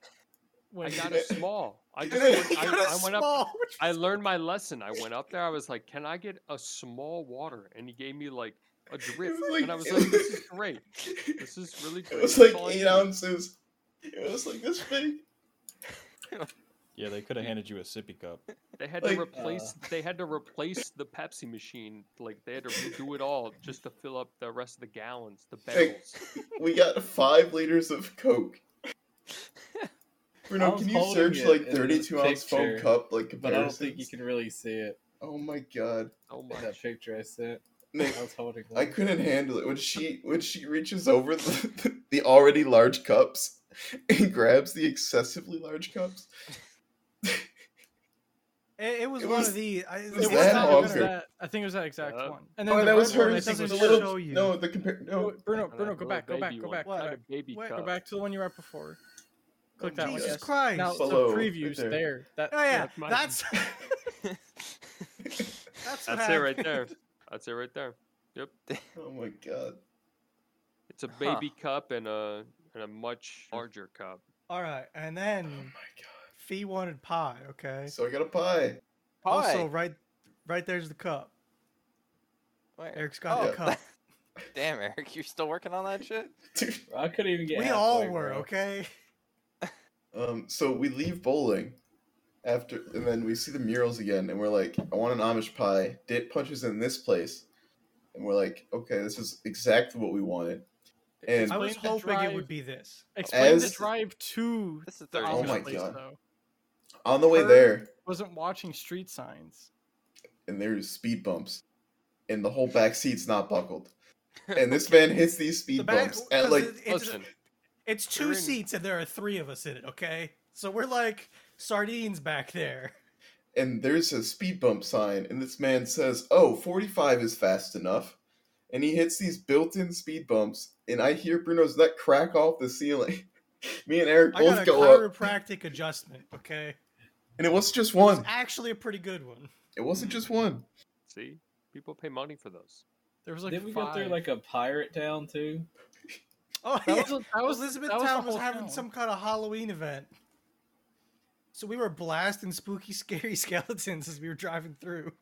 Wait,
got a small. I just
You
went, I,
got a
I went up.
small, which-
I learned my lesson. I went up there. I was like, "Can I get a small water?" And he gave me like a drip,
was like-
and I was like, "This is great. This is really great."
It was
That's
like
all I
eight
need."
ounces. It was like this big.
Yeah, they could have handed you a sippy cup.
They had
Like,
to replace. They had to replace the Pepsi machine. Like they had to redo it all just to fill up the rest of the gallons, the
Hey.
barrels.
We got five liters of Coke. Bruno,
was
can you
holding
search
it in
like
this
32 ounce foam
picture,
cup like
But I don't
comparisons?
think you can really see it
Oh my god,
Oh
in
my!
that picture I sent.
Nick,
I was holding
I
one.
couldn't handle it when she when she reaches over the, the, already large cups and grabs the excessively large cups.
It, it was
It
one
was-
of the. I, it
was
it was
that
that- it
long
was
ago.
that- I think it was that exact
Uh,
one. And then
Oh,
the
that was
red one,
her.
I
She
think
was
was
a
the
little.
show you.
No, the compare. No,
Bruno,
And that
Bruno, go
little
back, go back,
baby
go
one.
back.
What?
Not a baby
Wait,
cup.
Go back to the one you were at before. Click that one.
Jesus
yes.
Christ!
Now
Below,
the
right
previews
there.
there. That
oh yeah,
that's mine.
that's that's, what
That's it right
happened.
there. That's it right there.
oh my god.
It's a
Huh.
baby cup and a and a much larger cup.
All right, and
Oh my
then
god.
Fee wanted pie. Okay.
So I got a pie.
Also, right, right there's the cup.
Where?
Eric's got
Oh.
the cup.
Damn, Eric, you're still working on that shit?
Dude.
I couldn't even get.
we all
halfway,
were
bro.
okay.
Um, so we leave bowling after, and then we see the murals again, and we're like, I want an Amish pie. Dip punches in this place, and we're like, okay, this is exactly what we wanted. And
I was
Explain the
hoping it
drive.
would be this.
Explain the
As-
drive to
This is
the
thirty.
Oh
Amish
my
place,
God.
though.
on the way
her-
there,
Wasn't watching street signs.
and there's speed bumps, and the whole back seat's not buckled, and this man hits these speed
The back-
bumps at
'cause
like
it- it's,
Listen,
it's two
we're in-
seats and there are three of us in it. Okay, so we're like sardines back there.
and there's a speed bump sign and this man says oh 45 is fast enough and he hits these built-in speed bumps and i hear bruno's neck crack off the ceiling me and eric
I got
both
a
go up
chiropractic adjustment. Okay,
and it wasn't just
it's
one
actually a pretty good one.
it wasn't just one
see, people pay money for those.
There was like
Did we
five.
go through like a pirate town too?
Oh,
that
yeah.
was, that was
Elizabeth
that was the
Town was,
whole
having
town.
some kind of Halloween event. So we were blasting spooky, scary skeletons as we were driving through.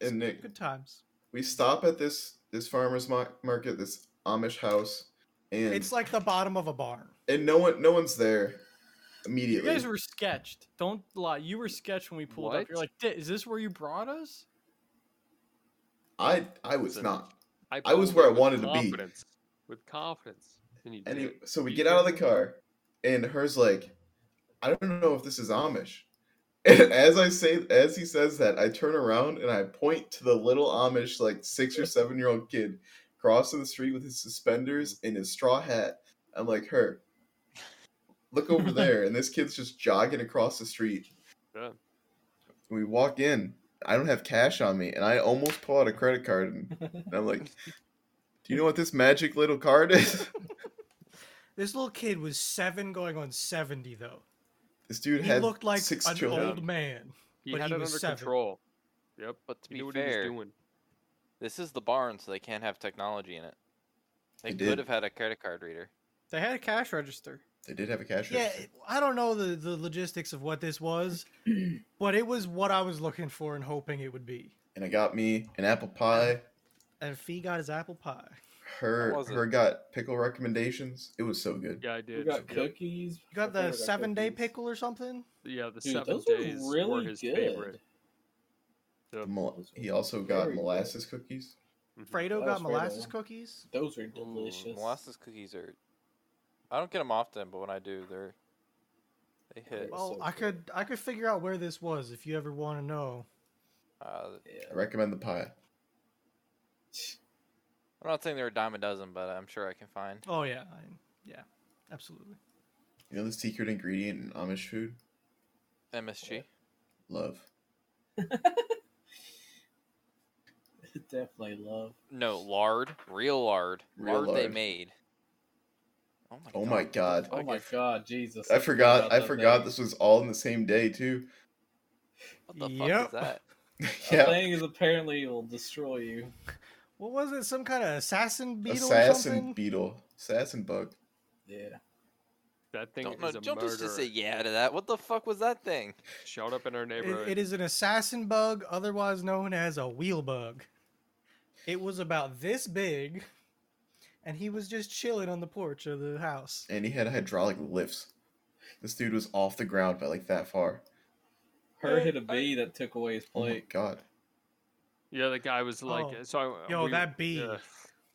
and nick
Good times.
we stop at this this farmers mar- market this amish house and
It's like the bottom of a barn.
and no one no one's there
You
immediately
guys were sketched. Don't lie. You were sketched when we pulled up. You're
What?
like, "Di- is this where you brought us?
i i was
Listen.
not I was
pulled
where I
it with
wanted to be.
confidence, With confidence. And you
Any,
did it.
so we
You
get out of the
did it.
car, and her's like, "I don't know if this is Amish." And as I say, as he says that, I turn around and I point to the little Amish, like six or seven year old kid, crossing the street with his suspenders and his straw hat. I'm like, "Her, look over there!" And this kid's just jogging across the street.
Yeah.
We walk in. I don't have cash on me, and I almost pull out a credit card, and, and I'm like, "Do you know what this magic little card is?"
This little kid was seven going on 70, though.
This dude
He
had
looked like
six
an
children.
old man.
He
But
had
he
it
was
under
seven.
control. Yep.
But to
He
be
knew what he was
fair,
doing.
this is the barn, so they can't have technology in it. They
They
could
did.
have had a credit card reader.
They had a cash register.
They did have a cash
Yeah,
register.
I don't know the, the logistics of what this was, but it was what I was looking for and hoping it would be.
and I got me an apple pie.
And Fee got his apple pie.
Her
was
her
it?
got pickle recommendations. It was so good.
Yeah, I
We
did.
got
Yep.
cookies.
You got
I
the
think I
seven day
cookies.
pickle or something?
Yeah, the
Dude,
seven
those were
days were
really
his
good.
favorite.
The mol- he also got
Very good.
molasses cookies.
Fredo
That
got
was Fredo
molasses
one.
cookies.
Those
Mm,
were
Ooh,
delicious.
molasses cookies are. I don't get them often, but when I do, they're. They hit.
It's
Well,
so
I
good.
could I could figure out where this was if you ever want to know.
Uh,
I
Yeah.
recommend the pie.
I'm not saying they're a dime a dozen, but I'm sure I can find.
Oh yeah, I, yeah, absolutely.
You know the secret ingredient in Amish food?
MSG.
Love.
Definitely love.
No, lard. Real lard.
Real
lard, they
lard.
made. Oh my
Oh my
what the
god.
fuck
Oh my
is-
god, Jesus!
I forgot.
about
I
that
forgot
thing.
this was all in the same day too.
What the fuck
Yep.
is that?
That
yeah.
thing is apparently will destroy you.
What was it? Some kind of assassin beetle or
Assassin
something?
beetle. Assassin bug.
Yeah.
That thing
Don't, know,
is a
don't
murderer.
just say yeah to that. What the fuck was that thing?
Showed up in our
It-
neighborhood.
it is an assassin bug, otherwise known as a wheel bug. It was about this big, and he was just chilling on the porch of the house.
and he had hydraulic lifts. This dude was off the ground by like that far.
Her hit a bee that took away his
Oh my
plate.
god.
yeah, the guy was like,
Oh.
so I,
Yo,
we-
that bee.
yeah.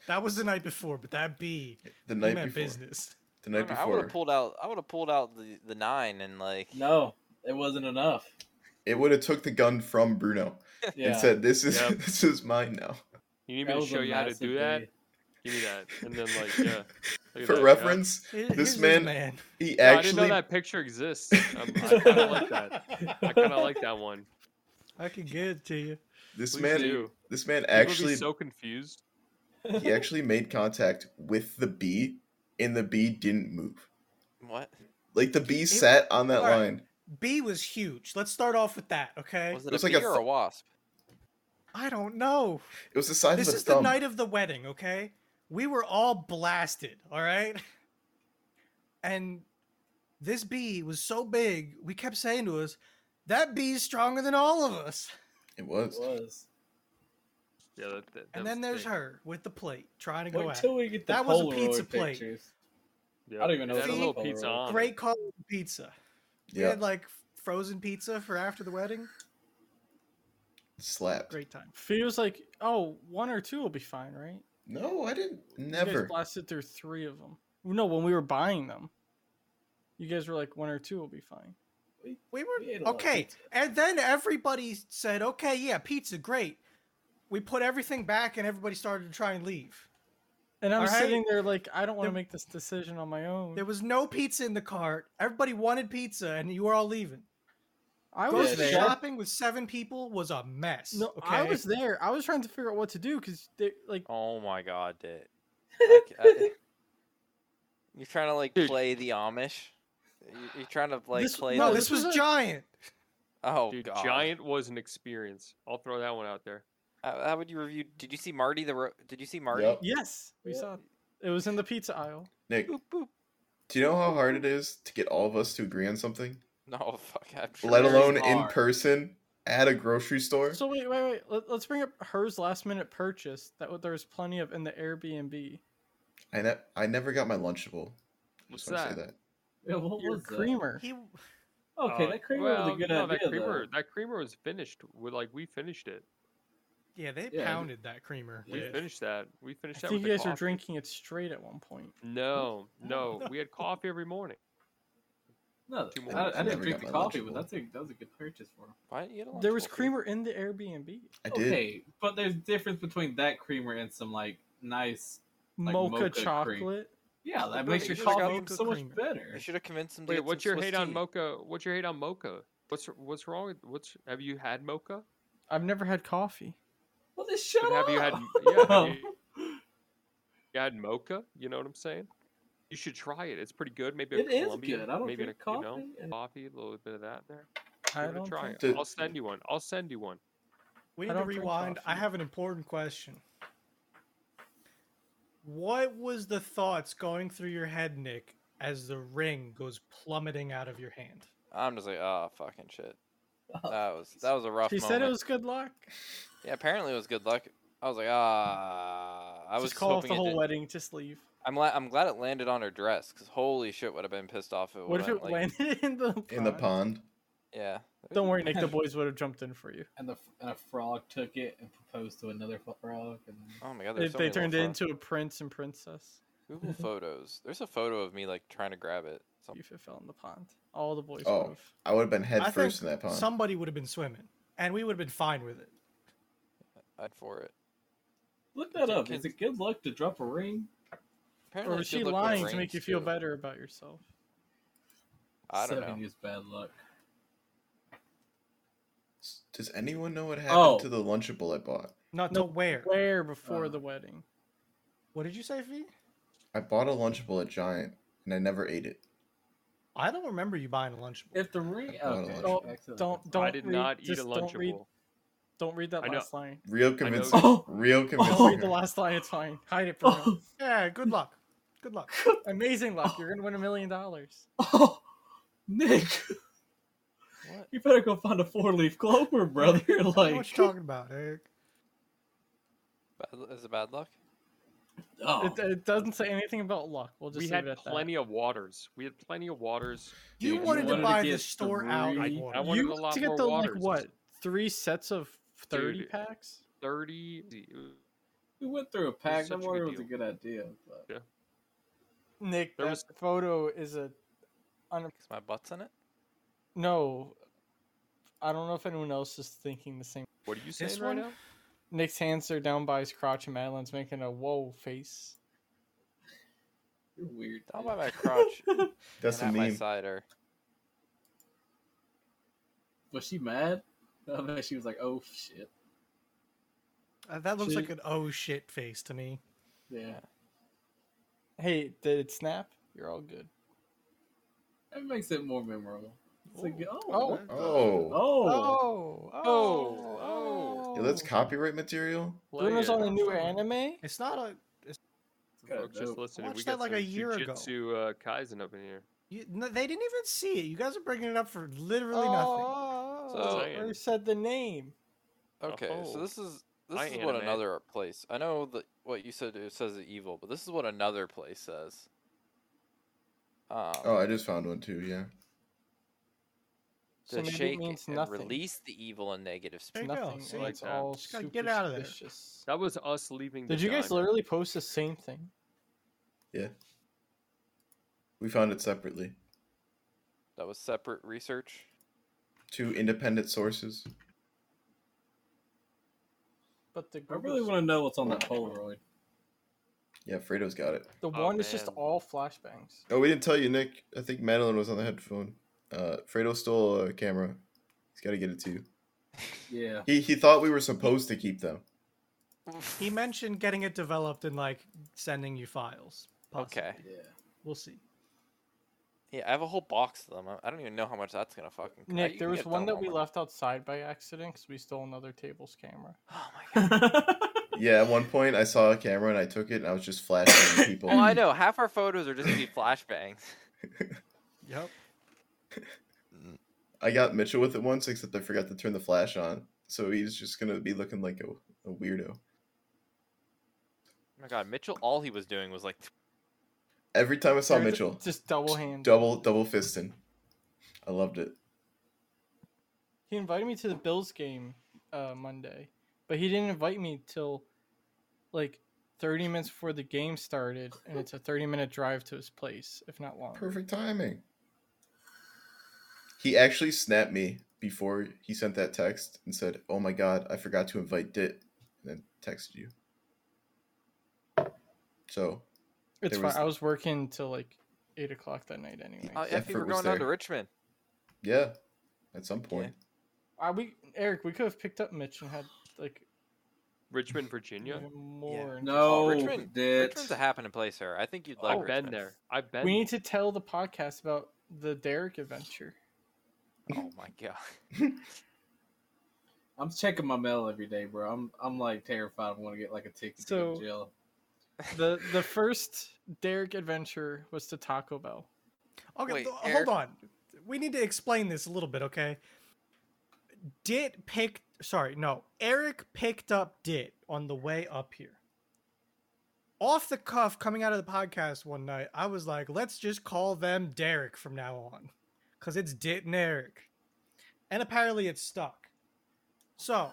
That was the night before, but that bee,
The
he
night
meant
before.
business.
The
I,
night
don't know, I would
before.
have pulled out. I would have pulled out the, the nine and like.
No, it wasn't enough.
It would have took the gun from Bruno
Yeah,
and said, "This is
Yep.
this is mine now."
You need
that
me to
was a
show you how to
massive
do that?
bee.
Give me that. And then like, yeah. Look at
For
that, yeah.
reference,
Here-
This
here's
man-
man.
he
No, I didn't know
actually
that picture exists. Um, I kind of like that. I kind of like that one.
I can get it to you.
this
Please
man
do.
this man
Actually,
actually
so confused.
he actually made contact with the bee and the bee didn't move.
What
Like the bee sat on that
alright.
line.
Bee was huge. Let's start off with that, okay?
was it?
was
a
like
bee
a
or a
fu-
wasp?
I don't know.
It was the size
This
of a
is the
thumb.
night of the wedding, okay? We were all blasted, all right? And this bee was so big, we kept saying to us, that bee's stronger than all of us.
It
it
was.
was.
Yeah. That, that,
and
that
then
was
there's
big.
her with the plate trying to go
Wait
out.
till we get the
That was a
Polaroid
pizza plate.
pictures.
Yeah.
I don't even know
It
what
had a
that
little
was.
pizza
Polaroid.
on. it.
Great call on pizza. We
Yeah.
had like frozen pizza for after the wedding.
Slapped.
Great time.
Feels like oh, one or two will be fine, right?
No, I didn't
You guys
never.
blasted through three of them. No, when we were buying them, you guys were like one or two will be fine.
We were
We ate a lot of
okay,
pizza.
and then everybody said, "Okay, yeah, pizza, great." We put everything back, and everybody started to try and leave.
And I'm
All right.
sitting there like I don't want to
The-
make this decision on my own.
There was no pizza in the cart. Everybody wanted pizza, and you were all leaving.
I
Yeah,
was
Grocery
they-
there.
shopping with seven people was a mess.
No,
okay?
I was there. I was trying to figure out what to do because like
Oh my god, dude. Like, I- you're trying to like
Dude.
play the Amish. You- You're trying to like
This-
play.
No,
the-
this was
was a-
giant.
oh
Dude,
god.
Giant was an experience. I'll throw that one out there.
How, how would you review? Did you see Marty the? Ro- did you see Marty?
Yep.
yes, we
Yeah.
saw it. It was in the pizza aisle.
Nick,
Boop, boop.
do you know how hard it is to get all of us to agree on something?
No, fuck. I'm sure
Let
there's
alone in
hard.
person at a grocery store?
So wait, wait, wait. Let, let's bring up hers last minute purchase that w- there was plenty of in the Airbnb.
I ne- I never got my Lunchable.
What's
Just wanna
that?
say that.
Yeah, what
Your
was that?
creamer.
He
Okay,
Uh,
that creamer was
well,
a good
no,
idea.
That creamer,
though.
that creamer was finished. We like we finished it.
yeah, they
Yeah.
pounded that creamer.
We
Yeah.
finished that. We finished
I
that. with
think you
the
guys were
coffee.
drinking it straight at one point.
No, no, we had coffee every morning.
No,
Two
I,
more.
I
Never
didn't drink
got
the
my
coffee,
Lunchable.
but that's a that was a good purchase for him.
Why didn't you get a
There was
Lunchable, dude?
creamer in the Airbnb.
I did.
Okay, but there's difference between that creamer and some like nice. Like
mocha,
mocha cream.
chocolate.
Yeah, that
bro,
makes
you
your
should've got
coffee
mocha
so much
creamer.
You
better.
should have convinced him. to
Wait,
get some
what's your
Swiss
hate on
tea.
mocha? What's your hate on mocha? What's what's wrong with what's? Have you had mocha?
I've never had coffee.
Well, just shut
But
up.
have you had- yeah, have You had mocha. You know what I'm saying? You should try it. It's pretty good. Maybe a
It is
Colombia,
good. I don't
maybe in
drink
a, you know,
coffee, and-
coffee, a little bit of that in there.
I
Give it a
don't
try.
think.
so.
I'll send you one. I'll send you one.
We
I
need to
don't drink
rewind. I
coffee.
have an important question. What was the thoughts going through your head, Nick, as the ring goes plummeting out of your hand?
I'm just like, oh fucking shit.
Oh,
That was that was a rough.
She
moment.
said it was good luck.
Yeah, apparently it was good luck. I was like, ah. I
Just
was
call off
hoping
the
it
whole
didn't-
wedding. Just leave.
I'm, la- I'm glad it landed on her dress because holy shit would have been pissed off if it
What if
would've
it
been, like,
landed in the
In the
pond?
pond.
Yeah.
Don't worry, Nick. The boys would have jumped in for you.
and, the, and a frog took it and proposed to another frog. And
Oh my god,
They,
there's so
they
many little
turned it
pho-
into a prince and princess.
Google photos. There's a photo of me like trying to grab it. So
If it fell in the pond, all the boys
Oh.
would have.
I would have been head
I
first
think
in that pond.
Somebody would have been swimming, and we would have been fine with it.
I'd for it.
look that up.
Dickens.
Is it good luck to drop a ring?
Apparently,
Or
it
was
did
she
look like
lying to
rain,
make you feel
too.
better about yourself?
I don't
Seven
know.
years bad luck.
S- Does anyone know what happened
Oh.
to the Lunchable I bought?
Not
No,
to where?
Where before
Uh,
the wedding?
What did you say, Fee?
I bought a Lunchable at Giant and I never ate it.
I don't remember you buying a lunchable.
If the ring,
Oh,
okay,
Don't-
excellent.
Don't don't.
I did
read-
not eat a
just Don't read,
lunchable.
don't read that
I know.
last line.
Real
know.
convincing.
Oh,
Real
Just read
convincing.
the
her.
last line. It's fine. Hide it from.
oh,
him.
Yeah, good luck.
Good luck. Amazing luck. You're gonna win a million dollars.
Oh, Nick,
What?
you better go find a four leaf clover, brother.
I know what
like,
you talking about, Eric?
Bad, is it bad luck?
oh,
It, it doesn't say anything about luck. We'll just
we
leave
had
it at that.
plenty of waters. We had plenty of waters.
You
Dude, you
wanted,
wanted
to
to
buy the
get
store out.
three-
of
I
one.
wanted
you
a lot
to get
more
the
waters.
like what three sets of thirty
Dude.
packs.
Thirty.
we went through a pack.
such
Don't
a
worry, it was
good
a
deal.
good idea. But
Nick,
There
that
was-
photo is a
Because my butt's in it.
no. I don't know if anyone else is thinking the same.
What are you
This
saying right
one?
now?
Nick's hands are down by his crotch, and Madeline's making a whoa face.
you're weird.
Down
dude.
by my crotch.
That's
and at
a
my
meme.
side are
Was she mad? I bet she was like, "Oh shit."
Uh, that looks
See?
like an oh shit face to me.
Yeah,
Hey, did it snap? You're all good.
that makes it more memorable. It's like, oh,
Oh.
what the-
Oh,
oh,
Oh, oh,
Oh,
oh!
oh.
Yeah, that's copyright material.
Luna's
Play
on
it.
a new anime.
It's not a. It's,
Kinda
Folks, just
dope.
listening.
watched
We
that,
got
like,
some
a year ago.
jujitsu uh, kaisen up in here.
you, no, they didn't even see it. You guys are bringing it up for literally nothing.
Oh,
So-
oh, oh. Or said the name.
okay.
Oh.
So this is this
Hi,
is what
anime.
another place. I know that what you said it says is evil, but this is what another place says. Um,
Oh, I just found one too. Yeah.
So
to
maybe it
shake
means
and
nothing.
release the evil and negative
There
spirit.
you go,
Nothing.
see?
and it's
Like that.
all
Just gotta get out of there.
superstitious.
That was us leaving.
Did
the
you guys
diner.
literally post the same thing?
We found it separately.
That was separate research.
Two independent sources.
But the
I
Google
really
s-
want to know what's on that Polaroid.
Yeah, Fredo's got it.
the one
Oh,
is just
man.
all flashbangs.
Oh, we didn't tell you, Nick. I think Madeline was on the headphone. Uh, Fredo stole a camera. He's got to get it to you.
Yeah,
He he thought we were supposed to keep them.
He mentioned getting it developed and like sending you files. possibly.
Okay.
yeah.
we'll see.
Yeah, I have a whole box of them. I- I don't even know how much that's gonna fucking. co- you
Nick,
can
there was
get
one
done
that
on
we left outside by accident because we stole another table's camera.
Oh my god.
Yeah, at one point I saw a camera and I took it and I was just flashing at people.
Well, Oh, I know half our photos are just gonna be flashbangs. Oh
Yep.
I got Mitchell with it once, except I forgot to turn the flash on, so he's just gonna be looking like a, a weirdo.
Oh my god, Mitchell, all he was doing was like,
Every time I saw
There's a-
Mitchell,
Just double hand.
double double fisting. I loved it.
He invited me to the Bills game uh, Monday, but he didn't invite me till like 30 minutes before the game started, and it's a 30 minute drive to his place, if not longer.
Perfect timing. He actually snapped me before he sent that text and said, "Oh my god, I forgot to invite Dit," and then texted you. So
It's
There
fine.
was-
I was working till like eight o'clock that night anyway.
"Oh,
Yeah,
Effie, we're
Fruit was
going down to
there.
Richmond."
yeah, at some point,
Uh, we Eric, we could have picked up Mitch and had like
Richmond, Virginia?
even more.
Oh,
No,
Richmond-
Dit.
Richmond's a happening place, sir. I think you'd
Oh,
like.
I've been
Richmond.
there. I've been.
We need to tell the podcast about the Derek adventure.
Oh my god.
I'm checking my mail every day, bro. I'm I'm like terrified. I'm gonna get like a ticket to go
So-
to jail.
the The first Derek adventure was to Taco Bell.
Okay,
Wait,
th- hold
Eric-
on. We need to explain this a little bit, okay? Dit picked. Sorry, no. Eric picked up Dit on the way up here. Off the cuff, coming out of the podcast one night, I was like, let's just call them Derek from now on. Because it's Dit and Eric. And apparently it's stuck. So,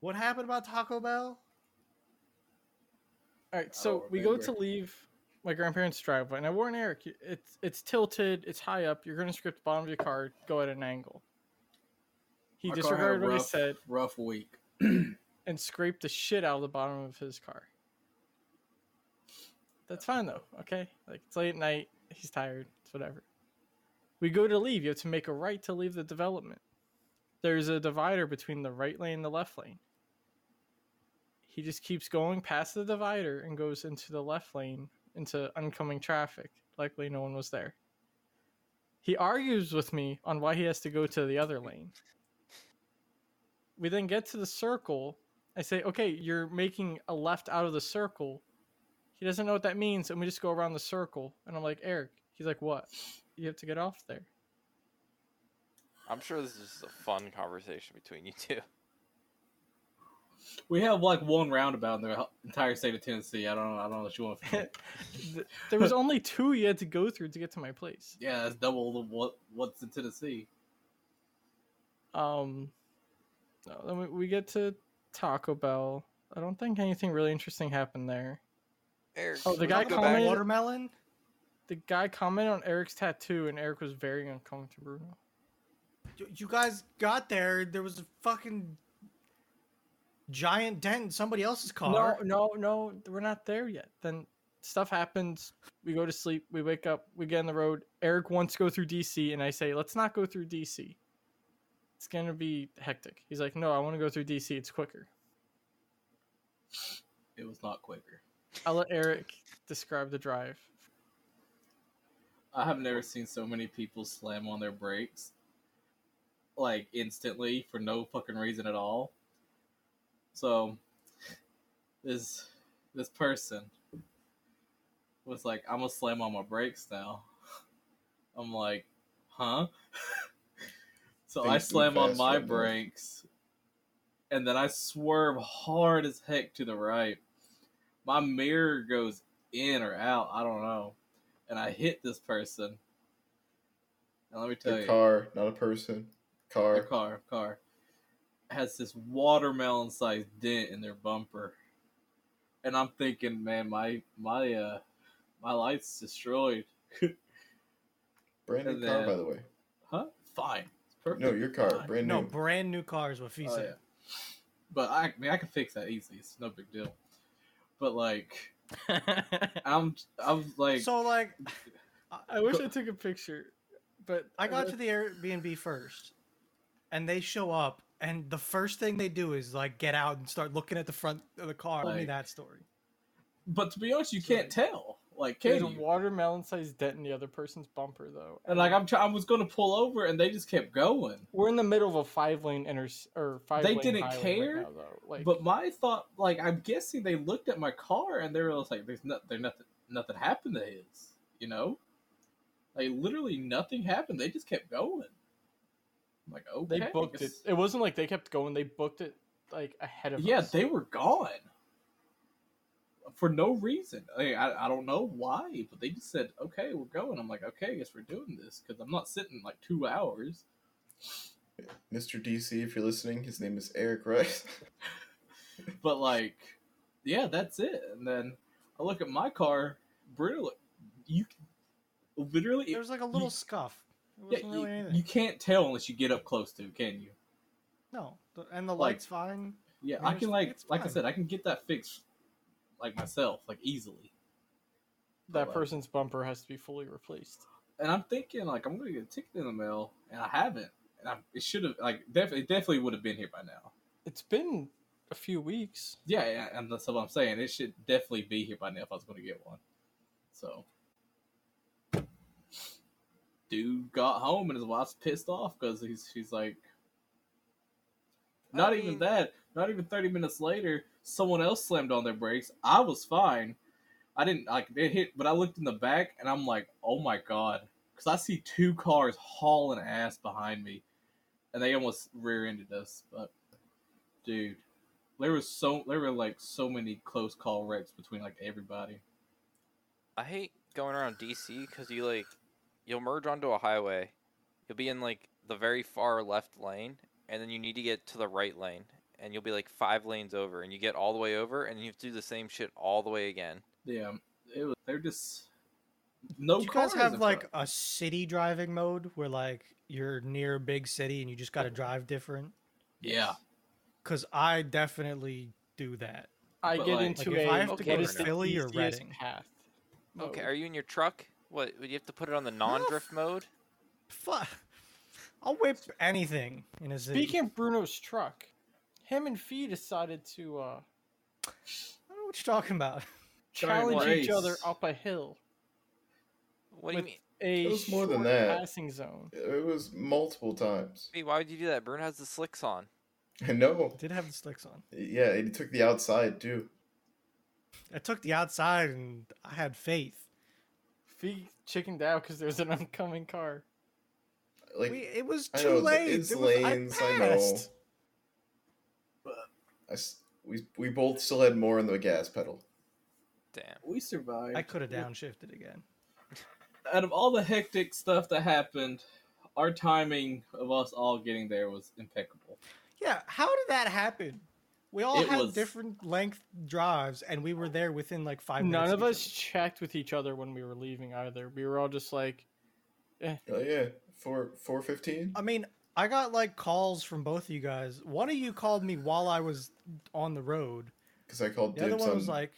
what happened about Taco Bell?
All right, so
don't
we go to
remember.
leave my grandparents' driveway, and I warn Eric, y- it's it's tilted, it's high up. You're gonna scrape the bottom of your car, go at an angle. He
My car had a
disregarded what I
rough-
said
Rough week.
and scraped the shit out of the bottom of his car. That's fine though, okay? Like it's late at night, he's tired, it's whatever. We go to leave, you have to make a right to leave the development. There's a divider between the right lane and the left lane. He just keeps going past the divider and goes into the left lane into oncoming traffic. Likely no one was there. He argues with me on why he has to go to the other lane. We then get to the circle. I say, okay, you're making a left out of the circle. He doesn't know what that means, and we just go around the circle. And I'm like, Eric. He's like, what? You have to get off there.
I'm sure this is just a fun conversation between you two.
We have like one roundabout in the ho- entire state of Tennessee. I don't know. I don't know what you want. From me.
Th- there was only two you had to go through to get to my place.
yeah, that's double the what what's in Tennessee.
Um, no, then we, we get to Taco Bell. I don't think anything really interesting happened there.
Eric,
Oh, the
can we go
guy
About
back-
commented-
watermelon.
The guy commented on Eric's tattoo, and Eric was very uncomfortable.
Y- You guys got there. There was a fucking giant dent in somebody else's car.
No, no, no, we're not there yet. Then stuff happens. We go to sleep. We wake up. We get on the road. Eric wants to go through DC, and I say, let's not go through DC. It's gonna be hectic. He's like, no, I want to go through DC. It's quicker.
It was not quicker.
I'll let Eric describe the drive.
I have never seen so many people slam on their brakes like instantly for no fucking reason at all. So this this person was like, I'm gonna slam on my brakes now. I'm like, huh? so
Things
I
move
slam on
fast
my
right now.
brakes and then I swerve hard as heck to the right. My mirror goes in or out, I don't know. And I hit this person. And let me tell
Their
you
car, not a person. Car.
their car, car has this watermelon sized dent in their bumper. And I'm thinking, man, my my uh my life's destroyed.
Brand new
And
car,
then-
by the way.
Huh? Fine. It's perfect.
No, your car.
Fine.
Brand
No,
new.
brand new cars with Visa.
Oh, yeah. But I, I mean I can fix that easily, it's no big deal. But like I'm I'm like
So like,
I wish I took a picture, but
I got to the Airbnb first, and they show up, and the first thing they do is like get out and start looking at the front of the car. Tell me
Like-
that story.
But to be honest, you can't tell. Like
There's
can
a
you?
watermelon-sized dent in the other person's bumper, though.
And like I'm try- I was gonna pull over and they just kept going.
we're in the middle of a five-lane inter or five.
didn't care,
right now, though. Like,
But my thought, like, I'm guessing they looked at my car and they were just like, "There's not, there nothing, nothing happened to his," you know. Like literally nothing happened. They just kept going. I'm like, okay.
they booked it. It wasn't like they kept going. They booked it like ahead of
Yeah,
us.
they were gone for no reason. I, mean, I I don't know why, but they just said, "Okay, we're going." I'm like, "Okay, I guess we're doing this," because I'm not sitting like two hours.
Mr. DC, if you're listening, his name is Eric Rice.
But like, yeah, that's it. And then I look at my car, Bruno. You literally
There was like a little scuff. It
Yeah,
wasn't
you,
really anything.
you can't tell unless you get up close to, it, can you?
no, the- and the
like-
light's fine.
Yeah,
Yeah,
I
it's-
can like
it's
like I
fine.
said, I can get that fixed like myself, like easily.
that
Like-
person's bumper has to be fully replaced.
And I'm thinking like I'm gonna get a ticket in the mail, and I haven't. And I, it should have like definitely it definitely would have been here by now. It's
Been a few weeks.
yeah, yeah, and that's what I'm saying. It should definitely be here by now if I was gonna get one. So. Dude got home and his wife's pissed off because he's she's like,
I
Not
mean-
even that. Not even thirty minutes later, someone else slammed on their brakes. I was fine. I didn't like they hit, but I looked in the back and I'm like, oh my god, because I see two cars hauling ass behind me, and they almost rear-ended us. But dude, there was so there were like so many close call wrecks between like everybody.
I hate going around DC because you like you'll merge onto a highway, you'll be in like the very far left lane, and then you need to get to the right lane, and you'll be like five lanes over, and you get all the way over, and you have to do the same shit all the way again.
Yeah, it was. They're just no.
Do you guys
cars
have
in
like
front.
a city driving mode where like you're near a big city and you just got to drive different?
yeah.
Because I definitely do that.
I
But,
get
like-
into
Like, if
a
I have to
go
what
to
is the
Philly or
easiest
Reading.
path.
Okay,
mode.
are you in your truck? What you have to put it on the non-drift mode?
Fuck. I'll whip anything in a city.
Speaking of Bruno's truck, him and Fee decided to uh,
I don't know what you're talking about.
Giant
challenge each other
race.
up a hill.
What do you
With-
mean?
A
It was more than
short
that.
passing zone.
It was multiple times.
Hey, Why would you do that? Bruno has the slicks on.
I know.
I did have the slicks on.
Yeah, and he took the outside too.
I took the outside and I had faith.
Fee chickened out because there's an oncoming car.
Like
we, it was
I
two
know, the-
lanes.
it's
it was-
lanes, I
I
know.
passed.
I s- we we both still had more in the gas pedal.
Damn.
We survived.
I, could have downshifted again.
Out of all the hectic stuff that happened, our timing of us all getting there was impeccable.
Yeah, how did that happen? We all
It
had
was-
different length drives, and we were there within like five minutes.
None of
each
us checked with each other when we were leaving either. We were all just like,
Oh yeah, four four fifteen.
I mean, I got like calls from both of you guys. One of you called me while I was on the road.
Because I called
The other
dibs
one
on.
was like,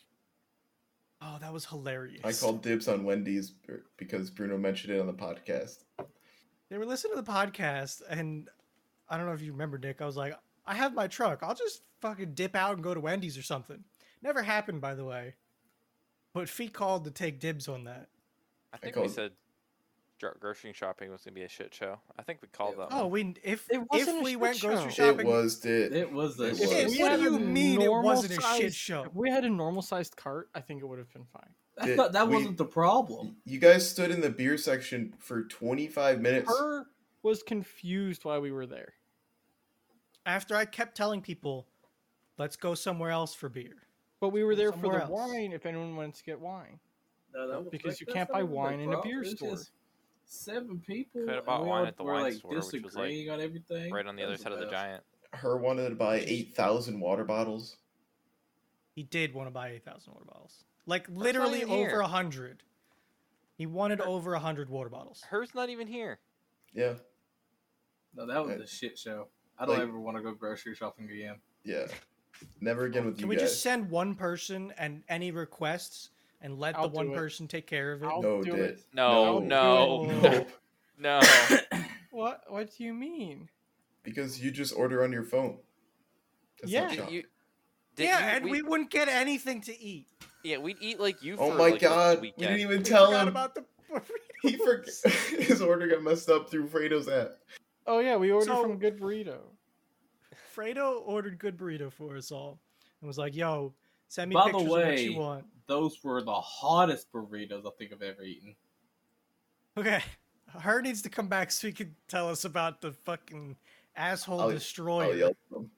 "Oh, that was hilarious."
I called dibs on Wendy's b- because Bruno mentioned it on the podcast.
They were listening to the podcast, and I don't know if you remember, Nick. I was like, "I have my truck. I'll just fucking dip out and go to Wendy's or something." Never happened, by the way. But Fee called to take dibs on that.
I think we
called-
said dro- grocery shopping was gonna be a shit show. I think we called that.
Oh,
one.
we if
It wasn't
if
a
we
shit
went
show.
grocery
It
It
shopping,
was did.
It was a
It
shit
was.
It- what
show.
do you mean it
normal
wasn't a shit
sized-
show?
If we had a normal sized cart, I think it would have been fine.
I thought that
We-
wasn't the problem.
You guys stood in the beer section for 25 minutes.
Her was confused why we were there.
after I kept telling people, "Let's go somewhere else for beer."
But we were there
Somewhere
for the
else.
wine if anyone wanted to get wine.
No, that was-
Because you
that's
can't
not
buy
even the
wine in a
problem.
beer
It's
store.
just Seven people.
Could've
and
bought
we
wine
all
at the
were,
wine
like,
store, which was, like,
disagreeing on everything.
right on the
That
other
was
side of the
best.
giant.
Her wanted to buy 8,000 water bottles.
He did want to buy 8,000 water bottles. Like
not
literally
even
over
here.
a 100. He wanted over a 100 water bottles.
Hers not even here.
Yeah,
No, that was
Uh,
a shit show. I don't
like-
ever want to go grocery shopping again.
yeah. Never again with
Can
you
we
guys.
just send one person and any requests and let
I'll
the one
do it.
person take care of it?
I'll-
no,
do
did.
it.
No, no,
No.
no, no.
What? What do you mean?
Because you just order on your phone.
Yeah.
not
Did
shopping.
you, did
yeah,
you-
and we, wouldn't get anything to eat.
yeah we'd eat like you.
oh
for,
my
like, a
god, we
weekend.
didn't even
We
tell
forgot
him.
about the
He forgot his order got messed up through Fredo's app.
Oh yeah, we ordered
So-
from Good Burrito.
Fredo ordered good burrito for us all and was like, "Yo, send me
By the
pictures of what
way-
you want."
Those were the hottest burritos I think I've ever eaten.
Okay. Her needs to come back so he can tell us about the fucking asshole
I'll- I'll
destroyer.
Oh, yeah. Um,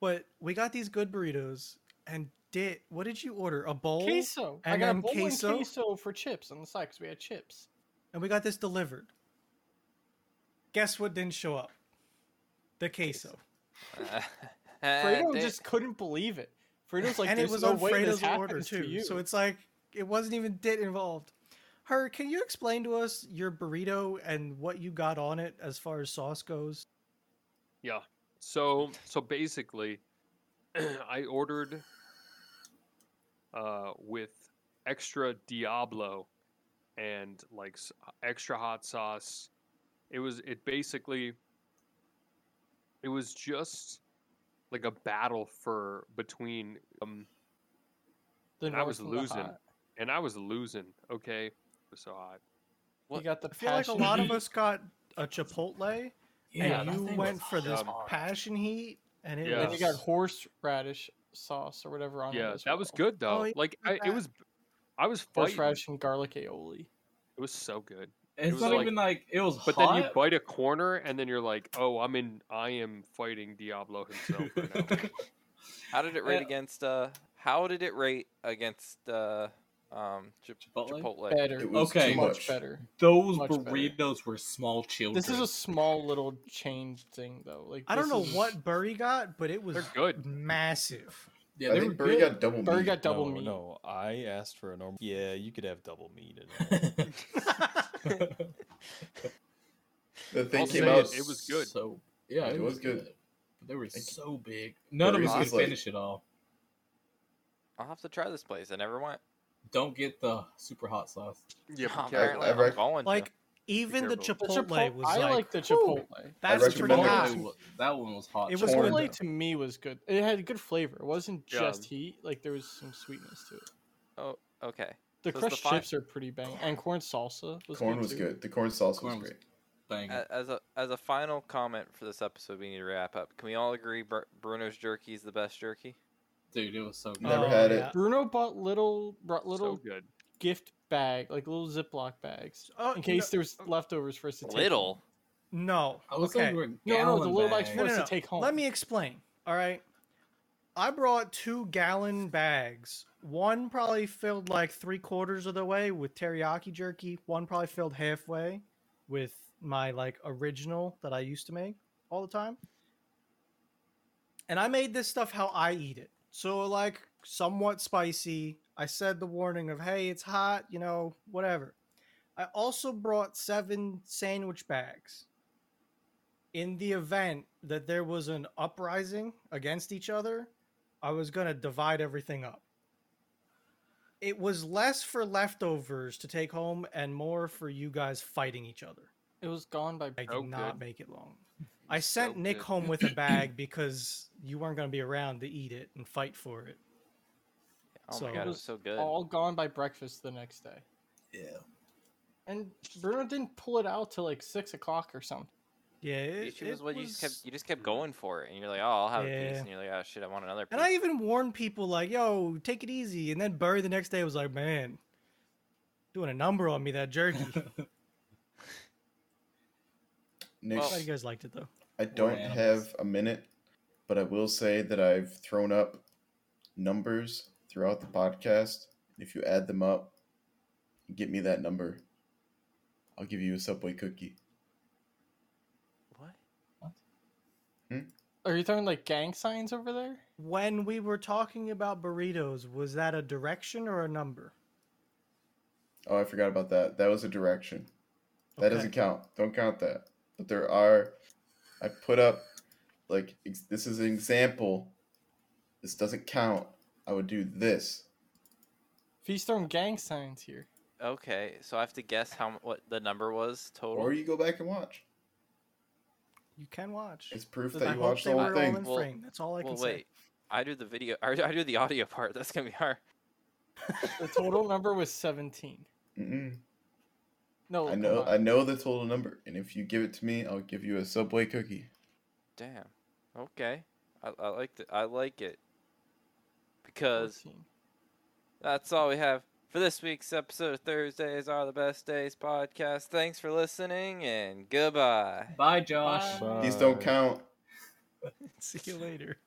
But we got these good burritos and did what did you order? A bowl?
Queso. I
and
got a
then
bowl and
queso?
queso for chips on the side because we had chips.
And we got this delivered. Guess what didn't show up? The queso.
Fredo
Eh, they-
just couldn't believe it. Fredo's like,
and it
"There's
was
no
on
way this
Fredo's
happens
order
to
too.
you."
So it's like it wasn't even dit involved. Her, can you explain to us your burrito and what you got on it as far as sauce goes?
So so basically, I ordered uh, with extra Diablo and like s- extra hot sauce. It was it basically it was just like a battle for between um
The
and I was
north and the
losing.
hot.
and I was losing. Okay, it was so hot.
You got the
I feel like a
passion
lot of
heat.
us got a Chipotle, and you went for this passion heat, and it
Yeah.
And
was
you got horseradish sauce or whatever on it.
Yeah,
as
that was
well.
good though.
Oh, yeah,
like
I
I, it
bet.
was, I was fighting.
Horseradish and garlic aioli.
It was so good.
It's
was
not
like-
even like it was
But
hot.
then you bite a corner, and then you're like, "Oh, I'm in. I am fighting Diablo himself." Right now.
How did it rate
Yeah.
against? Uh, how did it rate against? Uh, um, Chi-
Chipotle?
Chipotle.
Better.
It was
Okay.
too
much,
much.
better.
Those
Much better.
burritos were small children.
This is a small little chain thing though. Like
I don't
this
know
is-
what Burry got, but it was
They're good.
massive.
yeah,
I
they were
think Burry got double
Burry
meat.
got double
no,
meat.
No, I asked for a normal. Yeah, you could have double meat. In it.
good.
The thing
I'll
came
say
out.
it, it was good.
So yeah,
It
it,
was
was,
good.
good. But they were
Like,
so big. None of
Burry's
us could
was like-
finish it all.
I'll have to try this place. I never went.
Don't get the super hot sauce.
yeah, but Karen,
apparently
I
I'm
rec-
going to.
Like even the
careful.
The
Chipotle,
Chipotle-
was
I
like,
like the
"Whew,
Chipotle.
That's
I
pretty
recommend it.
hot.
Chipotle was- that one was hot.
It was
Corn.
good.
Chipotle to me was good. It had good flavor. It wasn't
Yeah.
just heat. Like there was some sweetness to it.
okay.
The
So it's the
crushed
fi-
chips are pretty bang, and corn salsa was
Corn
good
was
too.
good. The corn sauce
Corn
was
was-
great.
thing.
A- As a as a final comment for this episode, we need to wrap up. Can we all agree Br- Bruno's jerky is the best jerky?
dude, it was so good.
Never
Oh,
had it.
yeah.
Bruno bought little brought
Little
little
so good.
gift bag, like little Ziploc bags,
Oh,
in case
no-
there was leftovers for us to take.
Little.
No.
I was
okay.
okay. like,
No, no, the little bags
No,
for
no,
us
no.
to take home.
Let me explain. All right. I brought two gallon bags. One probably filled like three quarters of the way with teriyaki jerky. One probably filled halfway with my like original that I used to make all the time. And I made this stuff how I eat it. So like somewhat spicy. I said the warning of hey, it's hot, you know, whatever. I also brought seven sandwich bags in the event that there was an uprising against each other, I was going to divide everything up. It was less for leftovers to take home and more for you guys fighting each other.
It was gone by.
I did
Oh,
not
good.
make it long. I sent
so
Nick
good.
home with a bag because you weren't going to be around to eat it and fight for it.
Oh
So-
my god, it was so good.
all gone by breakfast the next day.
Yeah.
And Bruno didn't pull it out till like six o'clock or something.
Yeah,
The
it,
issue was
it
what you just kept
was-
you just kept going for it, and you're like, oh, I'll have a
Yeah.
piece, and you're like, oh shit, I want another piece.
And I even warned people like, "Yo, take it easy." And then Burry the next day was like, "Man, doing a number on me that jerky."
Next,
Glad you guys liked it though.
I don't
animals.
have a minute, but I will say that I've thrown up numbers throughout the podcast. If you add them up, get me that number. I'll give you a Subway cookie.
what?
Are you throwing like gang signs over there?
When we were talking about burritos, was that a direction or a number?
Oh, I forgot about that. That was a direction. That
Okay.
doesn't count. Don't count that. But there are. I put up, like, ex- this is an example. This doesn't count. I would do this.
If he's throwing gang signs here,
Okay, so I have to guess how m- what the number was total.
Or you go back and watch.
You can watch.
It's proof
I
that you
hope
watched
they
the whole
were all
thing.
in
Well-
frame. That's all I can
well,
say.
wait, I do the video. Or I do the audio part. That's gonna be hard.
the total number was seventeen.
Mm-mm.
No,
I know
Oh, come
I
on.
know the total number, and if you give it to me, I'll give you a Subway cookie.
Damn. Okay. I, I like the, I like it because
14.
that's all we have for this week's episode. of Thursdays are the best days podcast. Thanks for listening and goodbye.
Bye, Josh.
Bye.
These don't count.
See you later.